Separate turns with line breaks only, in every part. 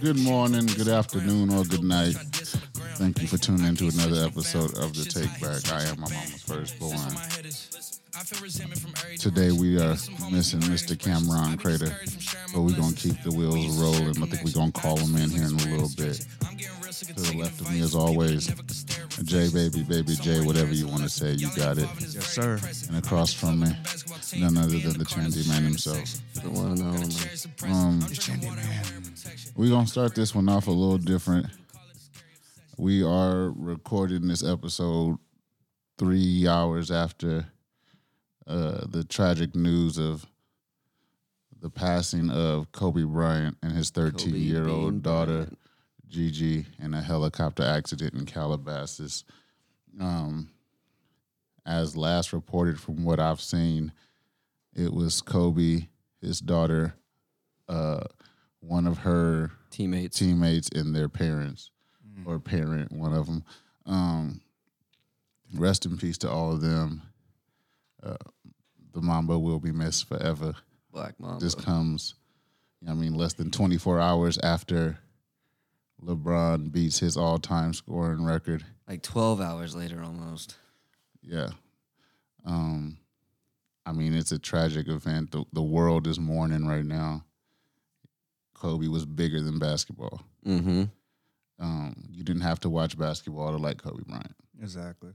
Good morning, good afternoon, or good night. Thank you for tuning in to another episode of The Take Back. I am my mama's firstborn. Today we are missing Mr. Cameron Crater, but we're going to keep the wheels rolling. I think we're going to call him in here in a little bit. To the left of me, as always, J Baby, Baby J, whatever you want to say, you got it.
Yes, sir.
And across from me, none other than the trendy man himself.
The one and only.
Um,
Trendy man.
We're going to start this one off a little different. We are recording this episode three hours after uh, the tragic news of the passing of Kobe Bryant and his 13 year
Kobe Bean
old daughter,
Bryant.
Gigi, in a helicopter accident in Calabasas. Um, as last reported from what I've seen, it was Kobe, his daughter, uh, one of her
Teammates.
teammates and their parents or parent, one of them. Um, rest in peace to all of them. Uh, the Mamba will be missed forever.
Black Mamba.
This comes, I mean, less than 24 hours after LeBron beats his all time scoring record.
like 12 hours later almost.
Yeah. Um, I mean, it's a tragic event. The, the world is mourning right now. Kobe was bigger than basketball.
Mm-hmm.
um, you didn't have to watch basketball to like Kobe Bryant.
Exactly.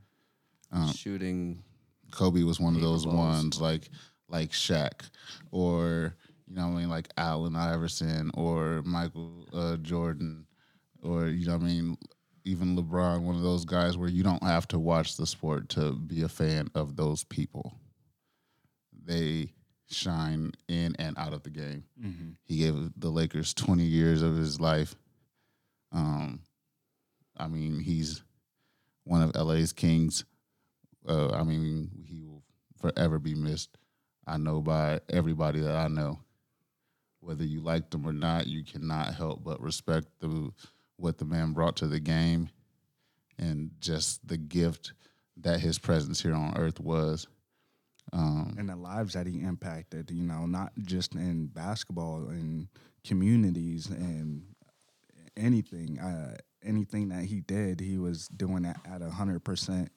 Um,
Shooting.
Kobe was one of
Paper
those
balls.
ones like like Shaq or you know what I mean like Allen Iverson or Michael uh, Jordan or you know what I mean even LeBron, one of those guys where you don't have to watch the sport to be a fan of those people. They shine in and out of the game. He gave the Lakers 20 years of his life. Um, I mean, he's one of LA's kings. Uh, I mean, he will forever be missed. I know by everybody that I know. Whether you liked him or not, you cannot help but respect the what the man brought to the game and just the gift that his presence here on earth was. Um,
And the lives that he impacted, you know, not just in basketball and communities and anything. Uh, anything that he did, he was doing it at a hundred percent.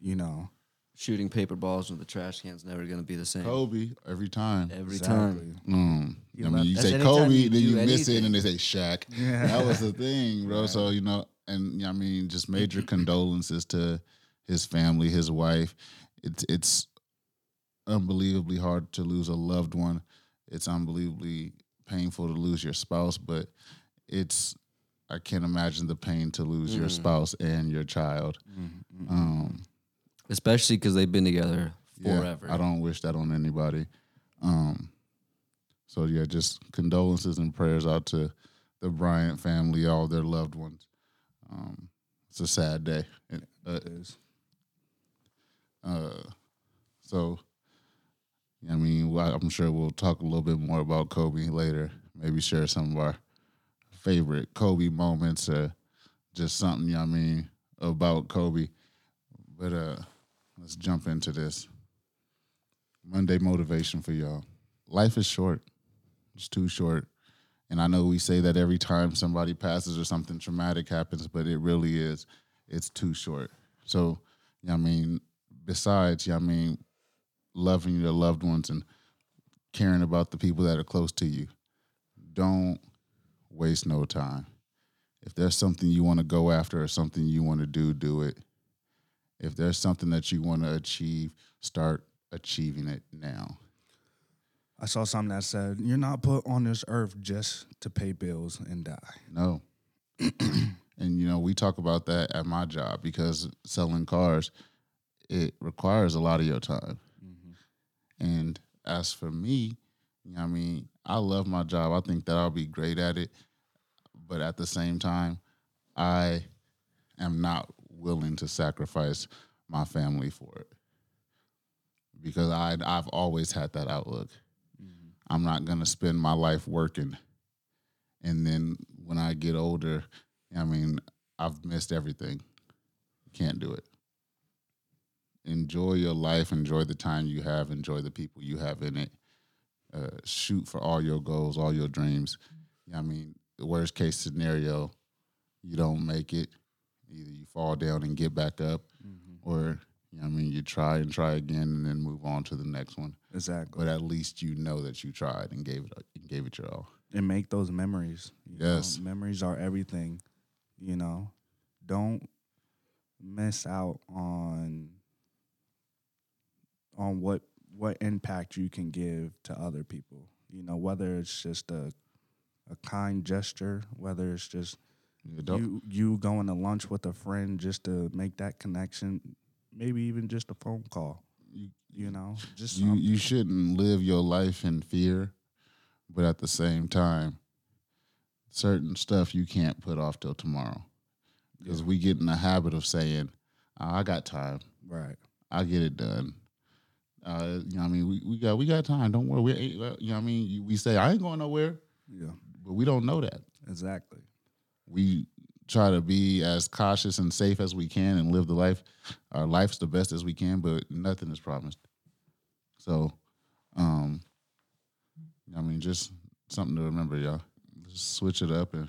You know,
Shooting paper balls with the trash can's never going to be the same.
Kobe every time.
Every time.
Exactly.
Mm.
You
I mean,
left-
you
That's
say
anytime
Kobe,
you
then
do
you miss it,
anything.
and they say Shaq.
Yeah.
That was the thing, bro. So you know, and I mean, just major condolences to his family, his wife. It's it's unbelievably hard to lose a loved one. It's unbelievably painful to lose your spouse, but it's I can't imagine the pain to lose your
Mm.
spouse and your child.
Mhm.
Um,
Especially because they've been together
yeah,
forever.
I don't wish that on anybody. Um, so yeah, just condolences and prayers out to the Bryant family, all their loved ones. Um, it's a sad day. It- uh,
It is.
uh, so, I mean, well, I'm sure we'll talk a little bit more about Kobe later. Maybe share some of our favorite Kobe moments or just something, you know what I mean, about Kobe. But uh, let's jump into this. Monday motivation for y'all. Life is short, it's too short. And I know we say that every time somebody passes or something traumatic happens, but it really is. It's too short. So, you know what I mean, besides, you know what I mean, loving your loved ones and caring about the people that are close to you, don't waste no time. If there's something you want to go after or something you want to do, do it. If there's something that you want to achieve, start achieving it now.
I saw something that said, "You're not put on this earth just to pay bills and die."
No. and you know, we talk about that at my job because selling cars, it requires a lot of your time. And as for me, you know, I mean, I love my job. I think that I'll be great at it. But at the same time, I am not willing to sacrifice my family for it. Because I I've always had that outlook. I'm not gonna spend my life working and then when I get older, I mean, I've missed everything. Can't do it. Enjoy your life. Enjoy the time you have. Enjoy the people you have in it. Uh, shoot for all your goals, all your dreams, you know what I mean, the worst case scenario, you don't make it. Either you fall down and get back up, or you know what I mean, you try and try again and then move on to the next one.
Exactly.
But at least you know that you tried and gave it and gave it your all.
And make those memories. you know?
Yes.
Memories are everything. You know, don't miss out on on what what impact you can give to other people. You know, whether it's just a a kind gesture, whether it's just
You don't-
you you going to lunch with a friend just to make that connection, maybe even just a phone call. You, you know, just
you,
some-
you shouldn't live your life in fear, but at the same time, certain stuff you can't put off till tomorrow. Because we get in the habit of saying, "Ah, I got time.
right.
I'll get it done. Uh, you know what I mean? We, we got we got time. Don't worry. We ain't, well, you know what I mean? You- We say, I ain't going nowhere,
Yeah,
but we don't know that.
exactly.
We try to be as cautious and safe as we can and live the life, our life's the best as we can, but nothing is promised. So, um, I mean, just something to remember, y'all. Just switch it up and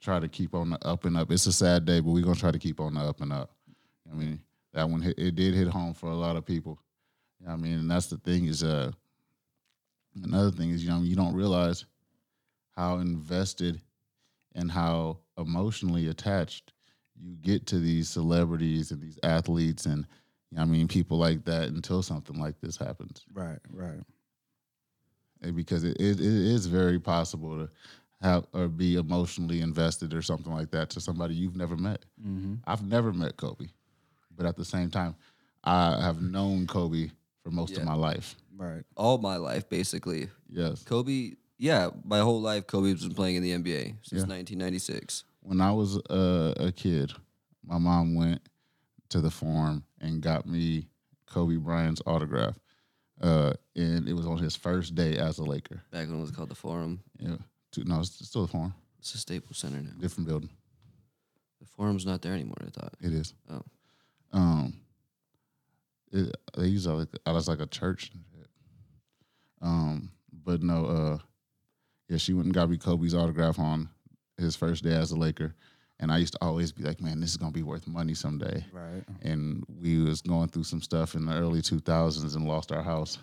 try to keep on the up and up. It's a sad day, but we're gonna try to keep on the up and up. I mean, that one hit, it did hit home for a lot of people. You know what I mean, and that's the thing is, uh, another thing is, you know, you don't realize how invested and how emotionally attached you get to these celebrities and these athletes and you know what I mean people like that until something like this happens
Right, right.
eh, because it, it, it is very possible to have or be emotionally invested or something like that to somebody you've never met.
Mm-hmm.
I've never met Kobe, but at the same time, I have known Kobe for most
Yeah.
of my life.
Right.
all my life basically.
Yes,
Kobe, yeah, my whole life Kobe's been playing in the NBA since
Yeah.
1996.
when I was a, a kid, my mom went to the farm and got me Kobe Bryant's autograph, uh, and it was on his first day as a Laker.
Back when it was called the Forum,
Yeah, Two- no, it's still the farm,
it's a Staples Center now.
different building.
The Forum's not there anymore. I thought.
It is.
Oh,
Um, it, they use it like I was like a church. and shit. Um, but no, uh, yeah, she went and got me Kobe's autograph on his first day as a Laker, and I used to always be like, man, this is gonna be worth money someday.
Right.
And we was going through some stuff in the early two thousands and lost our house.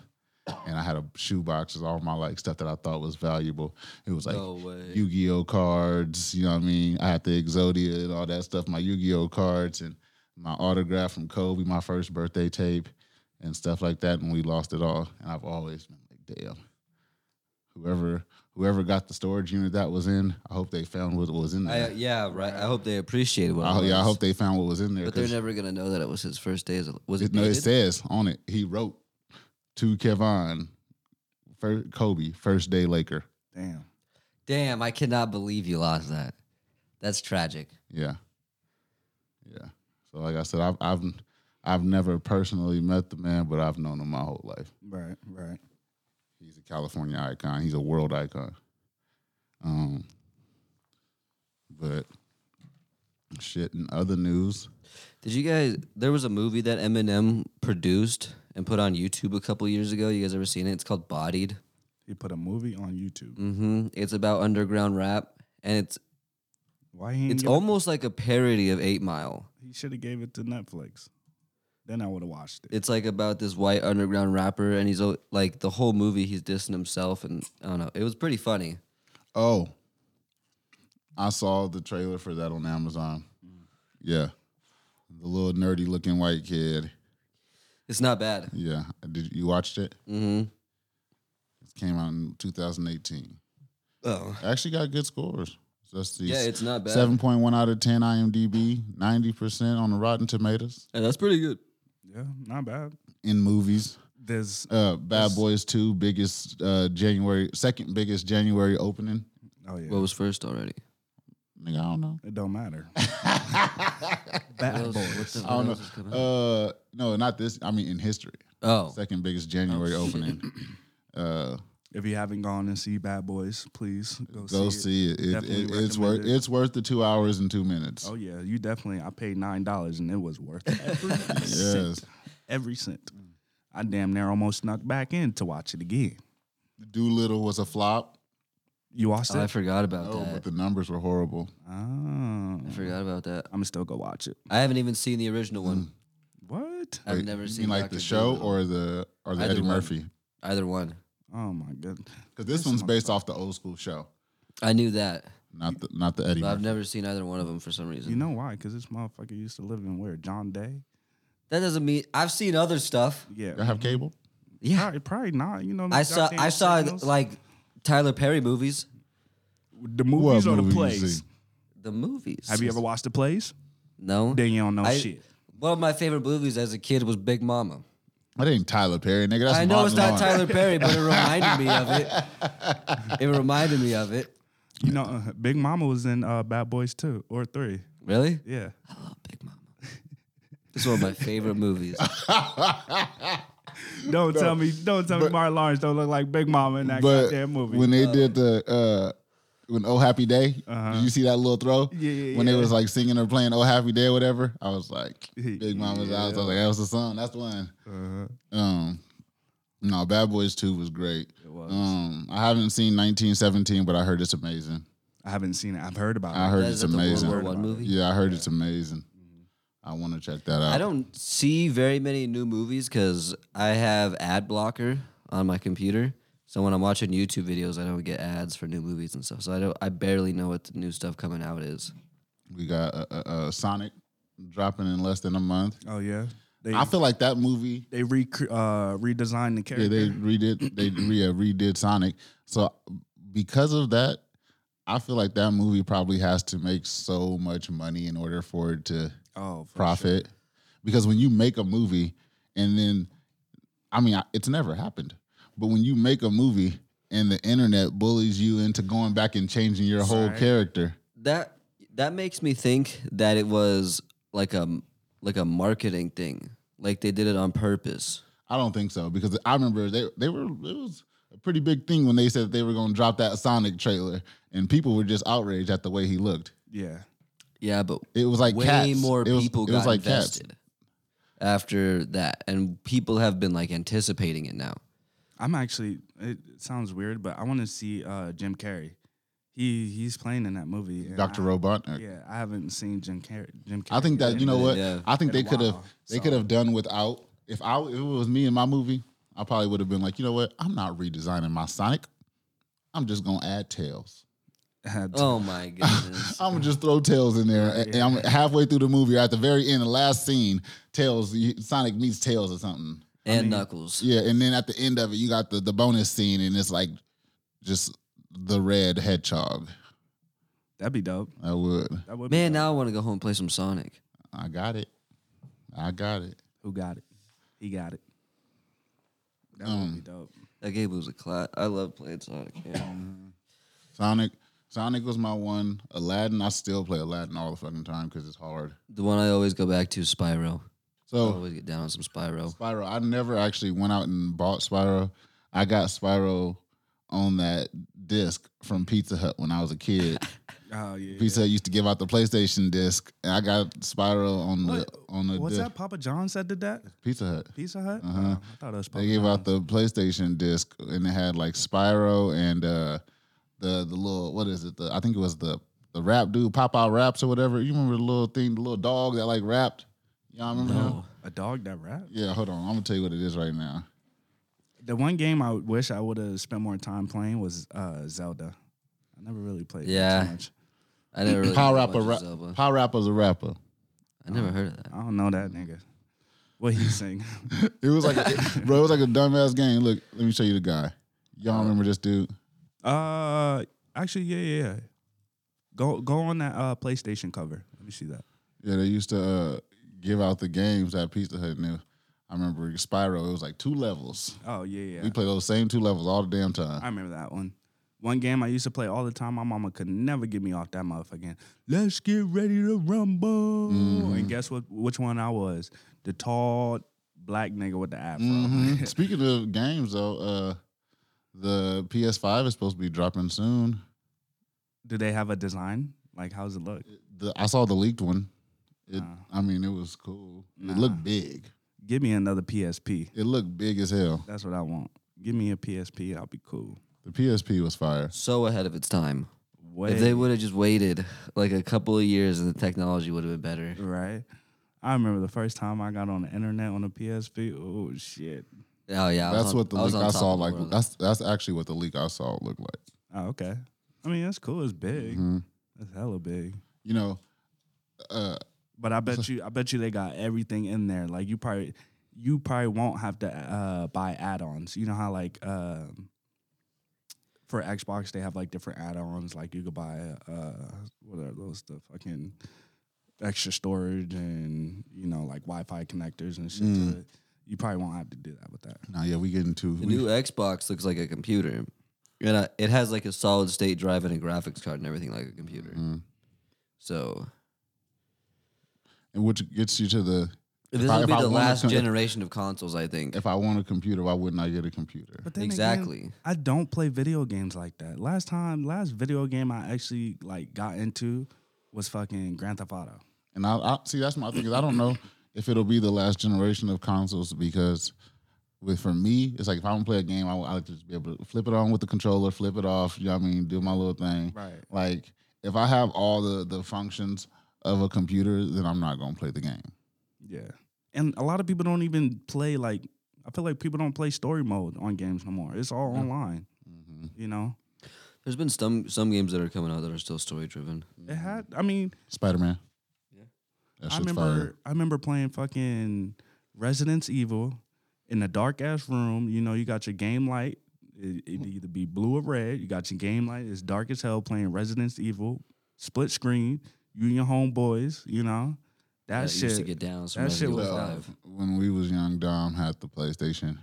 And I had a shoebox with all my like stuff that I thought was valuable. It was like
no way.
Yu-Gi-Oh cards. You know what I mean? I had the Exodia and all that stuff. My Yu-Gi-Oh cards and my autograph from Kobe, my first birthday tape, and stuff like that. And we lost it all. And I've always been like, damn. Whoever whoever got the storage unit that was in, I hope they found what was in
I,
there.
yeah, right. I hope they appreciate what.
I,
it
ho- yeah, I
was.
hope they found what was in there.
But they're
'cause
never gonna know that it was his first day. As a, was
it-
it?
no, it
dated?
says on it. He wrote to Kevon, fir- Kobe, first day Laker.
Damn.
Damn, I cannot believe you lost that. That's tragic.
Yeah. Yeah. So like I said, I've I've I've never personally met the man, but I've known him my whole life.
Right. Right.
He's a California icon. He's a world icon. Um but shit in other news.
Did you guys? There was a movie that Eminem produced and put on YouTube a couple years ago. You guys ever seen it? It's called Bodied.
He put a movie on YouTube.
hmm It's about underground rap, and it's
Why he? ain't
it's
give it-
almost like a parody of Eight Mile.
he should have gave it to Netflix. Then I would have watched it.
It's like about this white underground rapper, and he's al- like the whole movie he's dissing himself, and I don't know. It was pretty funny.
Oh. I saw the trailer for that on Amazon. Yeah. The little nerdy looking white kid.
It's not bad.
Yeah. Did you watched it?
hmm
It came out in 2018.
Oh,
Actually got good scores. That's the
yeah, it's not bad.
Seven point one out of ten IMDb, ninety percent on the Rotten Tomatoes
And that's pretty good.
Yeah, not bad.
in movies.
There's
Uh, Bad Boys Two, biggest uh, January, second biggest January opening.
oh yeah,
What was first already?
Nigga, I don't know.
it don't matter.
What
Bad
else-
boy.
what the-
I
what
don't
else is coming
know.
out?
Uh, no, not this. I mean, in history,
oh,
second biggest January
Oh, shit.
opening. Uh,
If you haven't gone and see Bad Boys, please go,
go
see,
see it. it,
Definitely
it it's worth.
recommend it.
It's worth the two hours and two minutes.
it. Oh yeah, you definitely. I paid nine dollars and it was worth every Mm.
yes.
cent. Every cent. I damn near almost snuck back in to watch it again.
Doolittle was a flop.
You watched
Oh, I
it?
forgot about
No,
that.
but the numbers were horrible.
Oh, I'm
I forgot about that.
gonna still go watch it.
I haven't even seen the original
Mm.
one.
What?
I've
Wait,
never
you
seen
mean like
Dr.
the show
Dolittle.
or the or the
Either
Eddie
one.
Murphy
either one.
Oh my goodness.
because this one's based off the old school show,
I knew that,
not the not the Eddie.
but I've
Murphy.
never seen either one of them for some reason.
You
Mm.
know why? Because this motherfucker used to live in where? John Day?
that doesn't mean I've seen other stuff.
Yeah.
Y'all have cable?
Yeah,
Probably, probably not. You know,
I saw
goddamn
I saw
signals.
like Tyler Perry movies,
the movies
What
or the
movie you
plays.
see?
the movies.
Have you ever watched the plays?
No.
Then you don't know
I-
shit.
One of my favorite movies as a kid was Big Mama.
That ain't Tyler Perry, nigga. That's
I know it's
Martin
not
Lawrence.
Tyler Perry, but it reminded me of it. It reminded me of it.
You know, uh, Big Mama was in uh, Bad Boys two or three.
Really?
Yeah.
I love Big Mama. It's one of my favorite movies.
Don't tell me, don't tell me, Martin Lawrence don't look like Big Mama in that goddamn
But
movie.
when they did the uh, when Oh Happy Day, did you see that little throw?
Uh-huh. Yeah, yeah,
When they
yeah.
was like singing or playing Oh Happy Day or whatever, I was like,
Yeah. Uh-huh.
Big Mama's eyes. I was like, that was the song. That's the one. Um, no, Bad Boys Two was great. It
was.
Um, I haven't seen 1917, but I heard it's amazing.
I haven't seen it. I've heard about
I
it.
heard
That
it's
is at the World
amazing.
War One movie?
Yeah, I heard it's amazing. I want to check that out.
I don't see very many new movies because I have ad blocker on my computer. So when I'm watching YouTube videos, I don't get ads for new movies and stuff. So I don't. I barely know what the new stuff coming out is.
We got uh, uh, uh, Sonic dropping in less than a month.
Oh yeah. They
I feel like that movie
they re uh, redesigned the character.
Yeah, they redid they re, uh, redid Sonic. So because of that, I feel like that movie probably has to make so much money in order for it to
oh, for
profit. Because when you make a movie and then I mean, I- it's never happened. But when you make a movie and the internet bullies you into going back and changing your whole
Sorry.
character.
That that makes me think that it was like a like a marketing thing. Like they did it on purpose.
I don't think so because I remember they they were it was a pretty big thing when they said they were going to drop that Sonic trailer and people were just outraged at the way he looked.
Yeah.
Yeah, but
It was like
way
cats.
more
it was,
people
it
got
was like
invested after that, and people have been like anticipating it now.
I'm actually. It sounds weird, but I want to see uh, Jim Carrey. He he's playing in that movie. and
cats. Dr.
I-
Robotnik.
Yeah, I haven't seen Jim Carrey. Jim Carrey.
Uh, I think that you know what?
Yeah.
I think
Been
they
a
could have
while,
they
so.
could have done without if I if it was me in my movie, I probably would have been like, you know what? I'm not redesigning my Sonic. I'm just gonna add tails.
Had-
Oh my goodness!
I'm gonna just throw tails in there, and, and I'm halfway through the movie, or at the very end, the last scene, tails Sonic meets tails or something.
and Knuckles.
Yeah, and then at the end of it, you got the the bonus scene, and it's like just the red hedgehog.
that'd be dope.
I would.
That would be
Man,
dope.
now I want to go home and play some Sonic.
I got it. I got it.
who got it? He got it. That would
Um,
be dope.
That game was a class. I love playing Sonic. Yeah.
Sonic. Sonic was my one. Aladdin. I still play Aladdin all the fucking time because it's hard.
the one I always go back to, Spyro. I
So
always get down on some Spyro.
Spyro. I never actually went out and bought Spyro. I got Spyro on that disc from Pizza Hut when I was a kid.
Oh yeah.
Pizza Hut used to give out the PlayStation disc, and I got Spyro on the
What-
on the
What's
disc.
that? Papa John's that did that.
Pizza Hut.
Pizza Hut.
Uh-huh.
Oh, I thought it was Papa.
They gave
John's.
out the PlayStation disc, and it had like Spyro and uh, the the little what is it? The I think it was the the rap dude, Popeye raps or whatever. You remember the little thing, the little dog that like rapped? Y'all remember him?
a dog that rap.
Yeah, hold on, I'm gonna tell you what it is right now.
The one game I wish I would have spent more time playing was uh, Zelda. I never really played yeah.
Yeah.
too much.
I never really
Power
watched
rapper, ra-
Zelda.
Power rapper's a rapper.
I never heard of that.
I don't know that nigga. What he sing?
It was like, a, bro, it was like a dumbass game. Look, let me show you the guy. Y'all remember this dude?
uh, actually, yeah, yeah. yeah. Go go on that uh, PlayStation cover. Let me see that.
Yeah, they used to uh, give out the games at Pizza Hut. And it- I remember Spyro. It was like two levels.
Oh yeah, yeah.
We play those same two levels all the damn time.
I remember that one. One game I used to play all the time. My mama could never get me off that motherfucking. Let's get ready to rumble.
Mm-hmm.
And guess what? Which one I was? The tall black nigga with the afro.
Mm-hmm.
Mhm. Speaking of games, though, uh, the PS5 is supposed to be dropping soon.
Do they have a design? Like, how's it look?
The, I saw the leaked one. It,
Oh.
I mean, it was cool. It looked big.
Give me another PSP.
It looked big as hell.
That's what I want. Give me a PSP. I'll be cool.
The PSP was fire.
So ahead of its time.
Way,
If they would have just waited like a couple of years and the technology would have been better.
right? I remember the first time I got on the internet on a PSP. Oh shit!
Oh yeah, I was
That's
on-
what the
was
leak
on
I
top
saw
of the
like.
world.
That's that's actually what the leak I saw looked like.
Oh, okay. I mean, that's cool. It's big.
Mhm.
Mm-hmm.
That's hella big.
You know, uh,
But I bet you, I bet you they got everything in there. Like you probably, you probably won't have to uh, buy add-ons. You know how like um, for Xbox they have like different add-ons. Like you could buy uh, what are those the fucking extra storage and you know like Wi-Fi connectors and shit. To it. You probably won't have to do that with that.
now yeah, we getting too.
The
we-
new Xbox looks like a computer, and uh, it has like a solid state drive and a graphics card and everything like a computer.
Mhm.
So
and which gets you to the.
this
I-
will be
I
the
wanted
last
to-
generation of consoles, I think.
If I want a computer, why wouldn't I get a computer?
But then again,
Exactly.
I don't play video games like that. Last time, last video game I actually like got into was fucking Grand Theft Auto.
And I, I see that's my thing. Is I don't know if it'll be the last generation of consoles because, with for me, it's like if I don't play a game, I, I like to just be able to flip it on with the controller, flip it off. You know what I mean? Do my little thing.
Right.
Like if I have all the the functions of a computer, then I'm not gonna play the game.
Yeah. And a lot of people don't even play like I feel like people don't play story mode on games no more. It's all online,
Mm-hmm.
you know.
There's been some some games that are coming out that are still story driven.
It had I mean,
Spider Man. Yeah. Mm-hmm. That
I
shit's
remember
fire.
I remember playing fucking Residence Evil in a dark ass room, you know, you got your game light it, it'd either be blue or red. You got your game light. It's dark as hell. Playing Residence Evil, split screen. You and your homeboys. You know that
That
shit.
used to get down.
that shit was
Uh,
live.
when we was young, Dom had the PlayStation.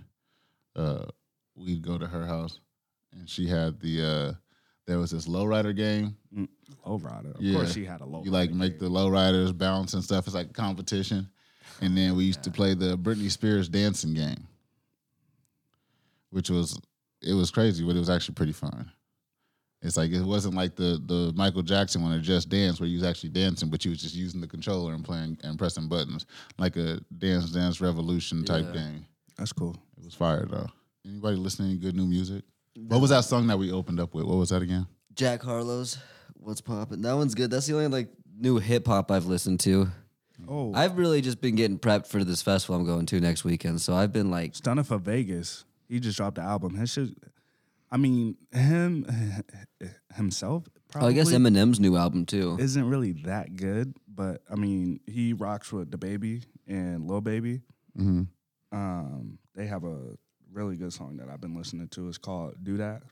Uh, we'd go to her house, and she had the. Uh, there was this lowrider game.
low rider. Of
Yeah.
course, she had a low.
You like make the lowriders bounce and stuff. It's like competition. And then we used to play the Britney Spears dancing game, which was it was crazy, but it was actually pretty fun. It's like it wasn't like the the Michael Jackson one or Just Dance where you was actually dancing, but you was just using the controller and playing and pressing buttons like a Dance Dance Revolution type
Yeah.
game.
That's cool.
It was fire though. Anybody listening to good new music? What was that song that we opened up with? What was that again?
Jack Harlow's What's Poppin'. That one's good. That's the only like new hip hop I've listened to.
Oh, I,
I've really just been getting prepped for this festival I'm going to next weekend. So I've been like
Stunner for Vegas. He just dropped the album. His shit. I mean, him himself.
Oh,
Probably
I guess Eminem's new album too.
isn't really that good, but I mean, he rocks with the baby and Lil Baby.
Mm-hmm.
Um, they have a really good song that I've been listening to. It's called "Do That."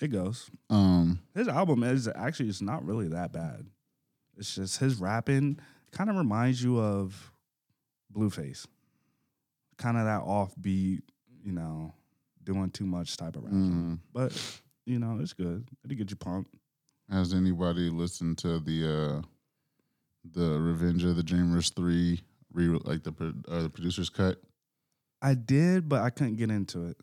It goes.
Um,
His album is actually it's not really that bad. It's just his rapping kind of reminds you of Blueface, kind of that offbeat, you know, doing too much type of rap.
mm.
But you know, it's good. It'll get you pumped.
Has anybody listened to the uh the Revenge of the Dreamers three re like the pro- uh, the producer's cut?
I did, but I couldn't get into it.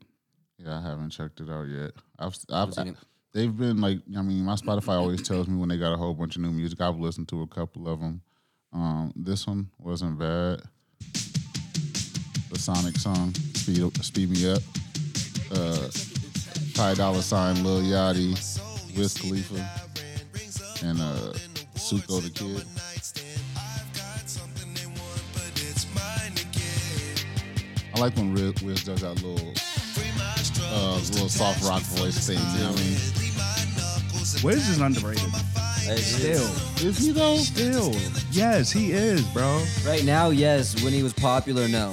Yeah, I haven't checked it out yet. I've
I've
I've
seen it.
they've been like I mean my Spotify always tells me when they got a whole bunch of new music. I've listened to a couple of them. Um, this one wasn't bad. The Sonic song "Speed Up- Speed Me Up." Uh, Ty Dolla Sign, Lil Yachty, Wiz Khalifa, and uh, Suko the Kid. I like when Riz, Wiz does that little, uh, little soft rock voice thing. You know what I mean?
Wiz is underrated. Still,
Is he though?
still, yes, he is, bro.
Right now, yes. When he was popular, no.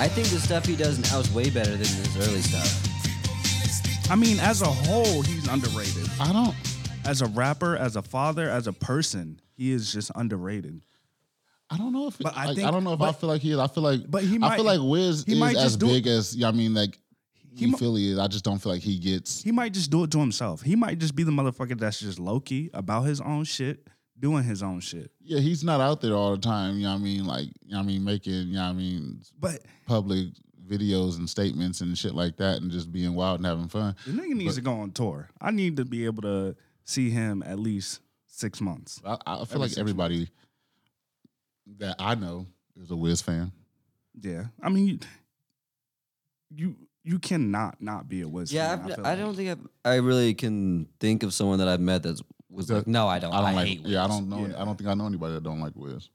I think the stuff he does now is way better than his early stuff.
I mean, as a whole, he's underrated.
I don't.
As a rapper, as a father, as a person, he is just underrated.
I don't know if.
But I
I, like,
think-
I don't know if I
but-
feel like he is. I feel like.
but he
I
might-
feel like Wiz
he
is
might
as
just do
big as. I mean, like. He,
mi-
feel he is. I just don't feel like he gets.
He might just do it to himself. He might just be the motherfucker that's just low key about his own shit, doing his own shit.
Yeah, he's not out there all the time. You know what I mean? Like, you know what I mean? Making, you know what I mean?
But
Public videos and statements and shit like that and just being wild and having fun.
the nigga needs to go on tour. I need to be able to see him at least six months.
I, I feel like
situation.
everybody that I know is a Wiz fan.
Yeah, I mean, you you, you cannot not be a Wiz.
Yeah,
fan,
I've,
feel
I
like.
don't think I've, I really can think of someone that I've met that's was
That-
like, no, I don't. I,
I don't like.
hate
yeah, I
Wiz."
don't know.
Yeah.
I don't think I know anybody that don't like Wiz.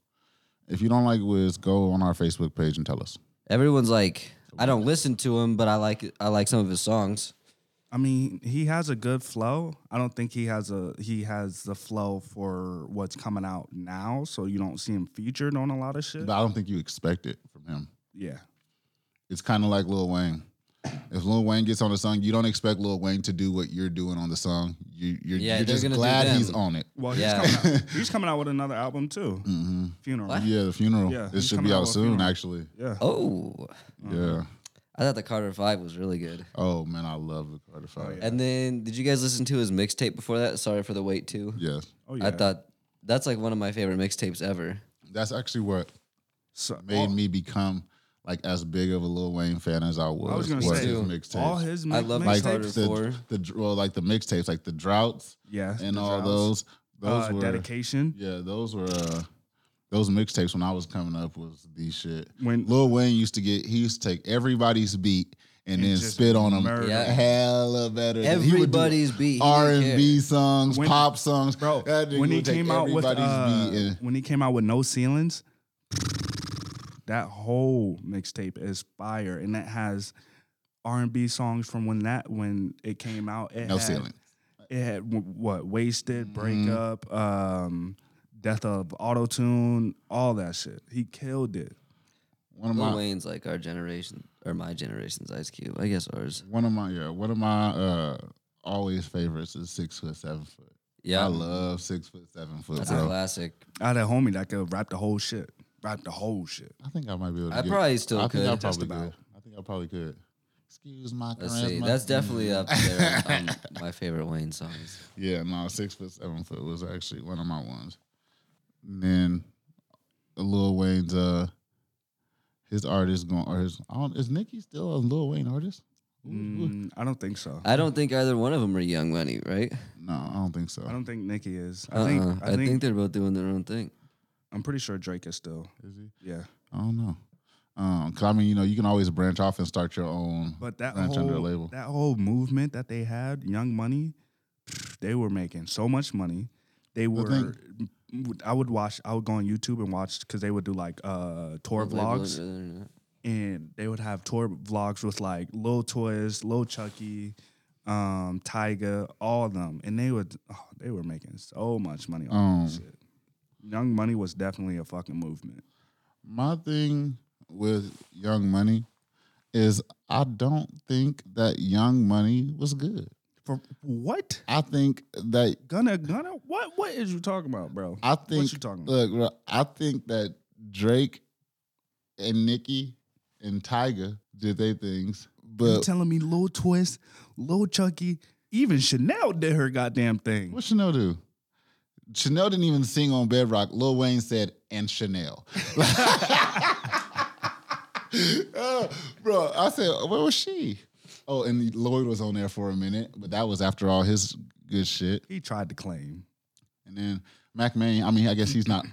If you don't like Wiz, go on our Facebook page and tell us.
Everyone's like, I don't listen to him, but I like I like some of his songs.
I mean, he has a good flow. I don't think he has a he has the flow for what's coming out now, so you don't see him featured on a lot of shit.
But I don't think you expect it from him.
yeah.
It's kind of like Lil Wayne. If Lil Wayne gets on a song, you don't expect Lil Wayne to do what you're doing on the song. You, you're you're
Yeah, they're
just
gonna do
glad
them.
he's on it. Mm-hmm.
Well,
Yeah.
he's coming out, he's coming out with another album too.
Mm.
Funeral.
Yeah, the funeral.
Yeah,
it
he's
should
coming
be
out
out
with a
soon,
funeral. Uh-huh.
actually.
Yeah.
Oh,
Yeah.
I thought the Carter Five was really good.
Oh man, I love the Carter Five.
Oh,
And then, did you guys listen to his mixtape before that? Sorry for the wait, too.
Yes,
Oh yeah.
I thought that's like one of my favorite mixtapes ever.
that's actually what
So-
made me become like as big of a Lil Wayne fan as I was.
I was gonna
was
say
his
all
mixtapes.
his
I
mi-
love
like
Carter
mixtapes.
the,
Four.
the dr- well, like the mixtapes, like the droughts
Yeah.
and
the
all
Drowse.
those. Those
Uh,
were
dedication.
yeah, those were uh, those mixtapes when I was coming up was the shit.
When-
Lil Wayne used to get, he used to take everybody's beat and,
And
then
just
spit on them.
murder
Yeah. them.
Hella better. than- he would do
Everybody's beat. He
R
didn't
and B
care.
songs,
When-
pop songs,
Bro,
That nigga
when he
would take
came out with
everybody's
uh,
beat and-
when he came out with no ceilings, that whole mixtape is fire, and that has R and B songs from when that when it came out. It
no Mm-hmm.
had,
ceiling.
It had w- what wasted, breakup, um, death of auto tune, all that shit. He killed it.
One of
Lil
my
Wayne's like our generation or my generation's Ice Cube. I guess ours.
one of my yeah one of my uh always favorites is six foot seven foot.
Yeah,
I love six foot seven foot,
that's a
bro.
classic.
I had a homie that could rap the whole shit, rap the whole shit.
I think I might be able. to
I
get-
probably still
I think I
could, just
probably
about.
could. I think I probably could. Excuse my
Let's
charisma.
see. That's definitely up there Um, on my favorite Wayne songs.
Yeah, no, six foot seven foot was actually one of my ones. And then Lil Wayne's uh his artist going or his I don't, is Nicki still a Lil Wayne artist? Who- who-
Mm, I don't think so.
I don't think either one of them are Young Money, right?
No, I don't think so.
I don't think Nicki is. I
Uh-uh.
think
I, think, they're both doing their own thing.
I'm pretty sure Drake is still.
Is he?
Yeah.
I don't know. Um, 'cause I mean, you know, you can always branch off and start your own.
But that
branch
whole
under a label.
that whole movement that they had, Young Money, they were making so much money. They were. I would watch. I would go on YouTube and watch because they would do like uh tour vlogs, and they would have tour vlogs with like Lil Toys, Lil Chucky, um, Tyga, all of them, and they would. Oh, they were making so much money. on that
Um,
shit. Young Money was definitely a fucking movement.
My thing with Young Money is I don't think that Young Money was good.
For what?
I think that
Gunna, Gunna, what? What is you talking about, bro?
I think
what you talking about?
look, bro, I think that Drake and Nicki and Tyga did their things,
you
but
telling me Lil Twist, Lil Chucky, even Chanel did her goddamn thing.
what Chanel do? Chanel didn't even sing on Bedrock. Lil Wayne said, "And Chanel." Uh, bro, I said, "Where was she?" Oh, and Lloyd was on there for a minute, but that was after all his good shit.
He tried to claim.
And then Mac Main, I mean, I guess he's not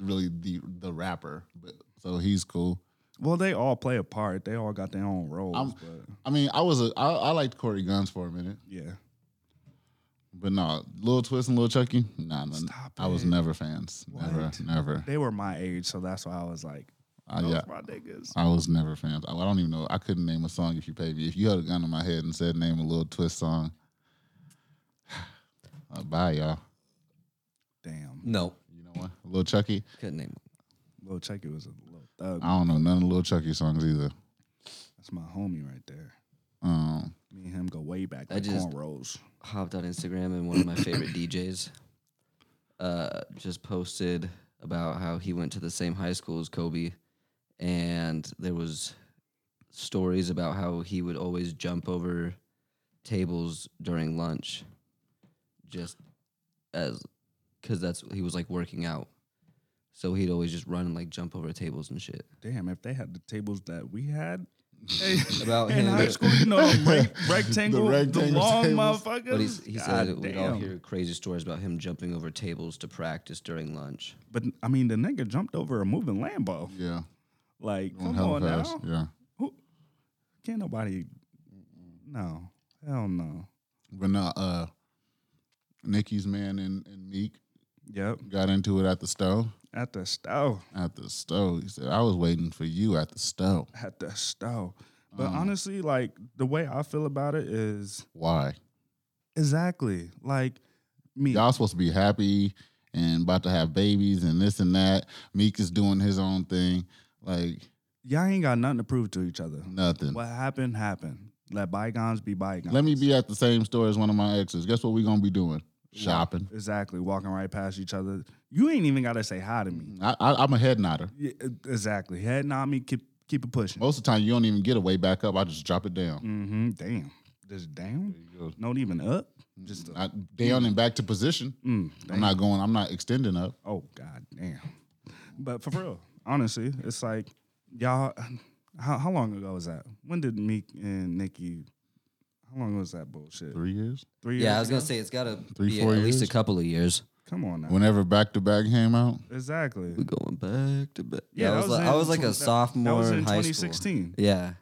really the the rapper, but so he's cool.
Well, they all play a part. They all got their own roles,
I'm-
but
I mean, I was a I, I liked Corey Guns for a minute,
yeah.
but no, Lil Twist and Lil Chucky, nah, nah
Stop
I was
it.
never fans,
What?
never, never.
They were my age, so that's why I was like,
I,
those
Uh, yeah,
my niggas.
I was never fans. I, I don't even know. I couldn't name a song if you paid me. If you had a gun in my head and said name a Lil Twist song, uh, bye y'all.
Damn.
No,
You know what, Lil Chucky?
couldn't name.
Lil Chucky was a little thug.
I don't know none of Lil Chucky songs either.
That's my homie right there.
Um,
Me and him go way back.
I
Like
just-
cornrows.
hopped on Instagram and one of my favorite DJs uh, just posted about how he went to the same high school as Kobe, and there was stories about how he would always jump over tables during lunch, just as because that's he was like working out, so he'd always just run and like jump over tables and shit.
Damn, if they had the tables that we had
About
in high
him,
school, you know, them rec- rectangle, the,
rectangle
long
tables.
motherfuckers.
but he's, he said
God
we'd all
damn.
hear crazy stories about him jumping over tables to practice during lunch.
But I mean, the nigga jumped over a moving Lambo.
yeah,
Like,
going
come
hella
on
fast,
now.
yeah.
Can't nobody No, hell no.
But no, uh, Nicky's man and, and Meek
Yep,
got into it at the stove.
at the stove,
At the stove, he said, "I was waiting for you at the stove."
at the stove. But
Mm.
honestly, like the way I feel about it is
Why?
exactly like me.
Y'all supposed to be happy and about to have babies and this and that. Meek is doing his own thing, like
Y'all ain't got nothing to prove to each other.
nothing.
What happened happened. Let bygones be bygones.
Let me be at the same store as one of my exes. Guess what we gonna be doing? Shopping.
exactly walking right past each other. You ain't even got to say hi to me.
I, I, I'm a head nodder.
Yeah, e, exactly. Head nod me. Keep keep it pushing.
Most of the time, you don't even get a way back up. I just drop it down.
Mm-hmm. Damn. Just down.
There you go. Mm.
Not even up. Just uh,
I, down and back to position.
mm, damn.
I'm not going. I'm not extending up.
Oh god damn. But for real, honestly, it's like y'all. How, how long ago was that? When did Meek and Nicki? How long was that bullshit?
Three years.
Three years.
Yeah, I was gonna
ago?
say it's gotta
Three,
be
four
at least a
years?
couple of years.
Come on now.
Whenever back to back came out,
exactly.
We're going back to back.
Yeah,
I
that
was, like,
in
I was like
tw-
a
that-
sophomore
That was in,
in high
2016.
school. Yeah,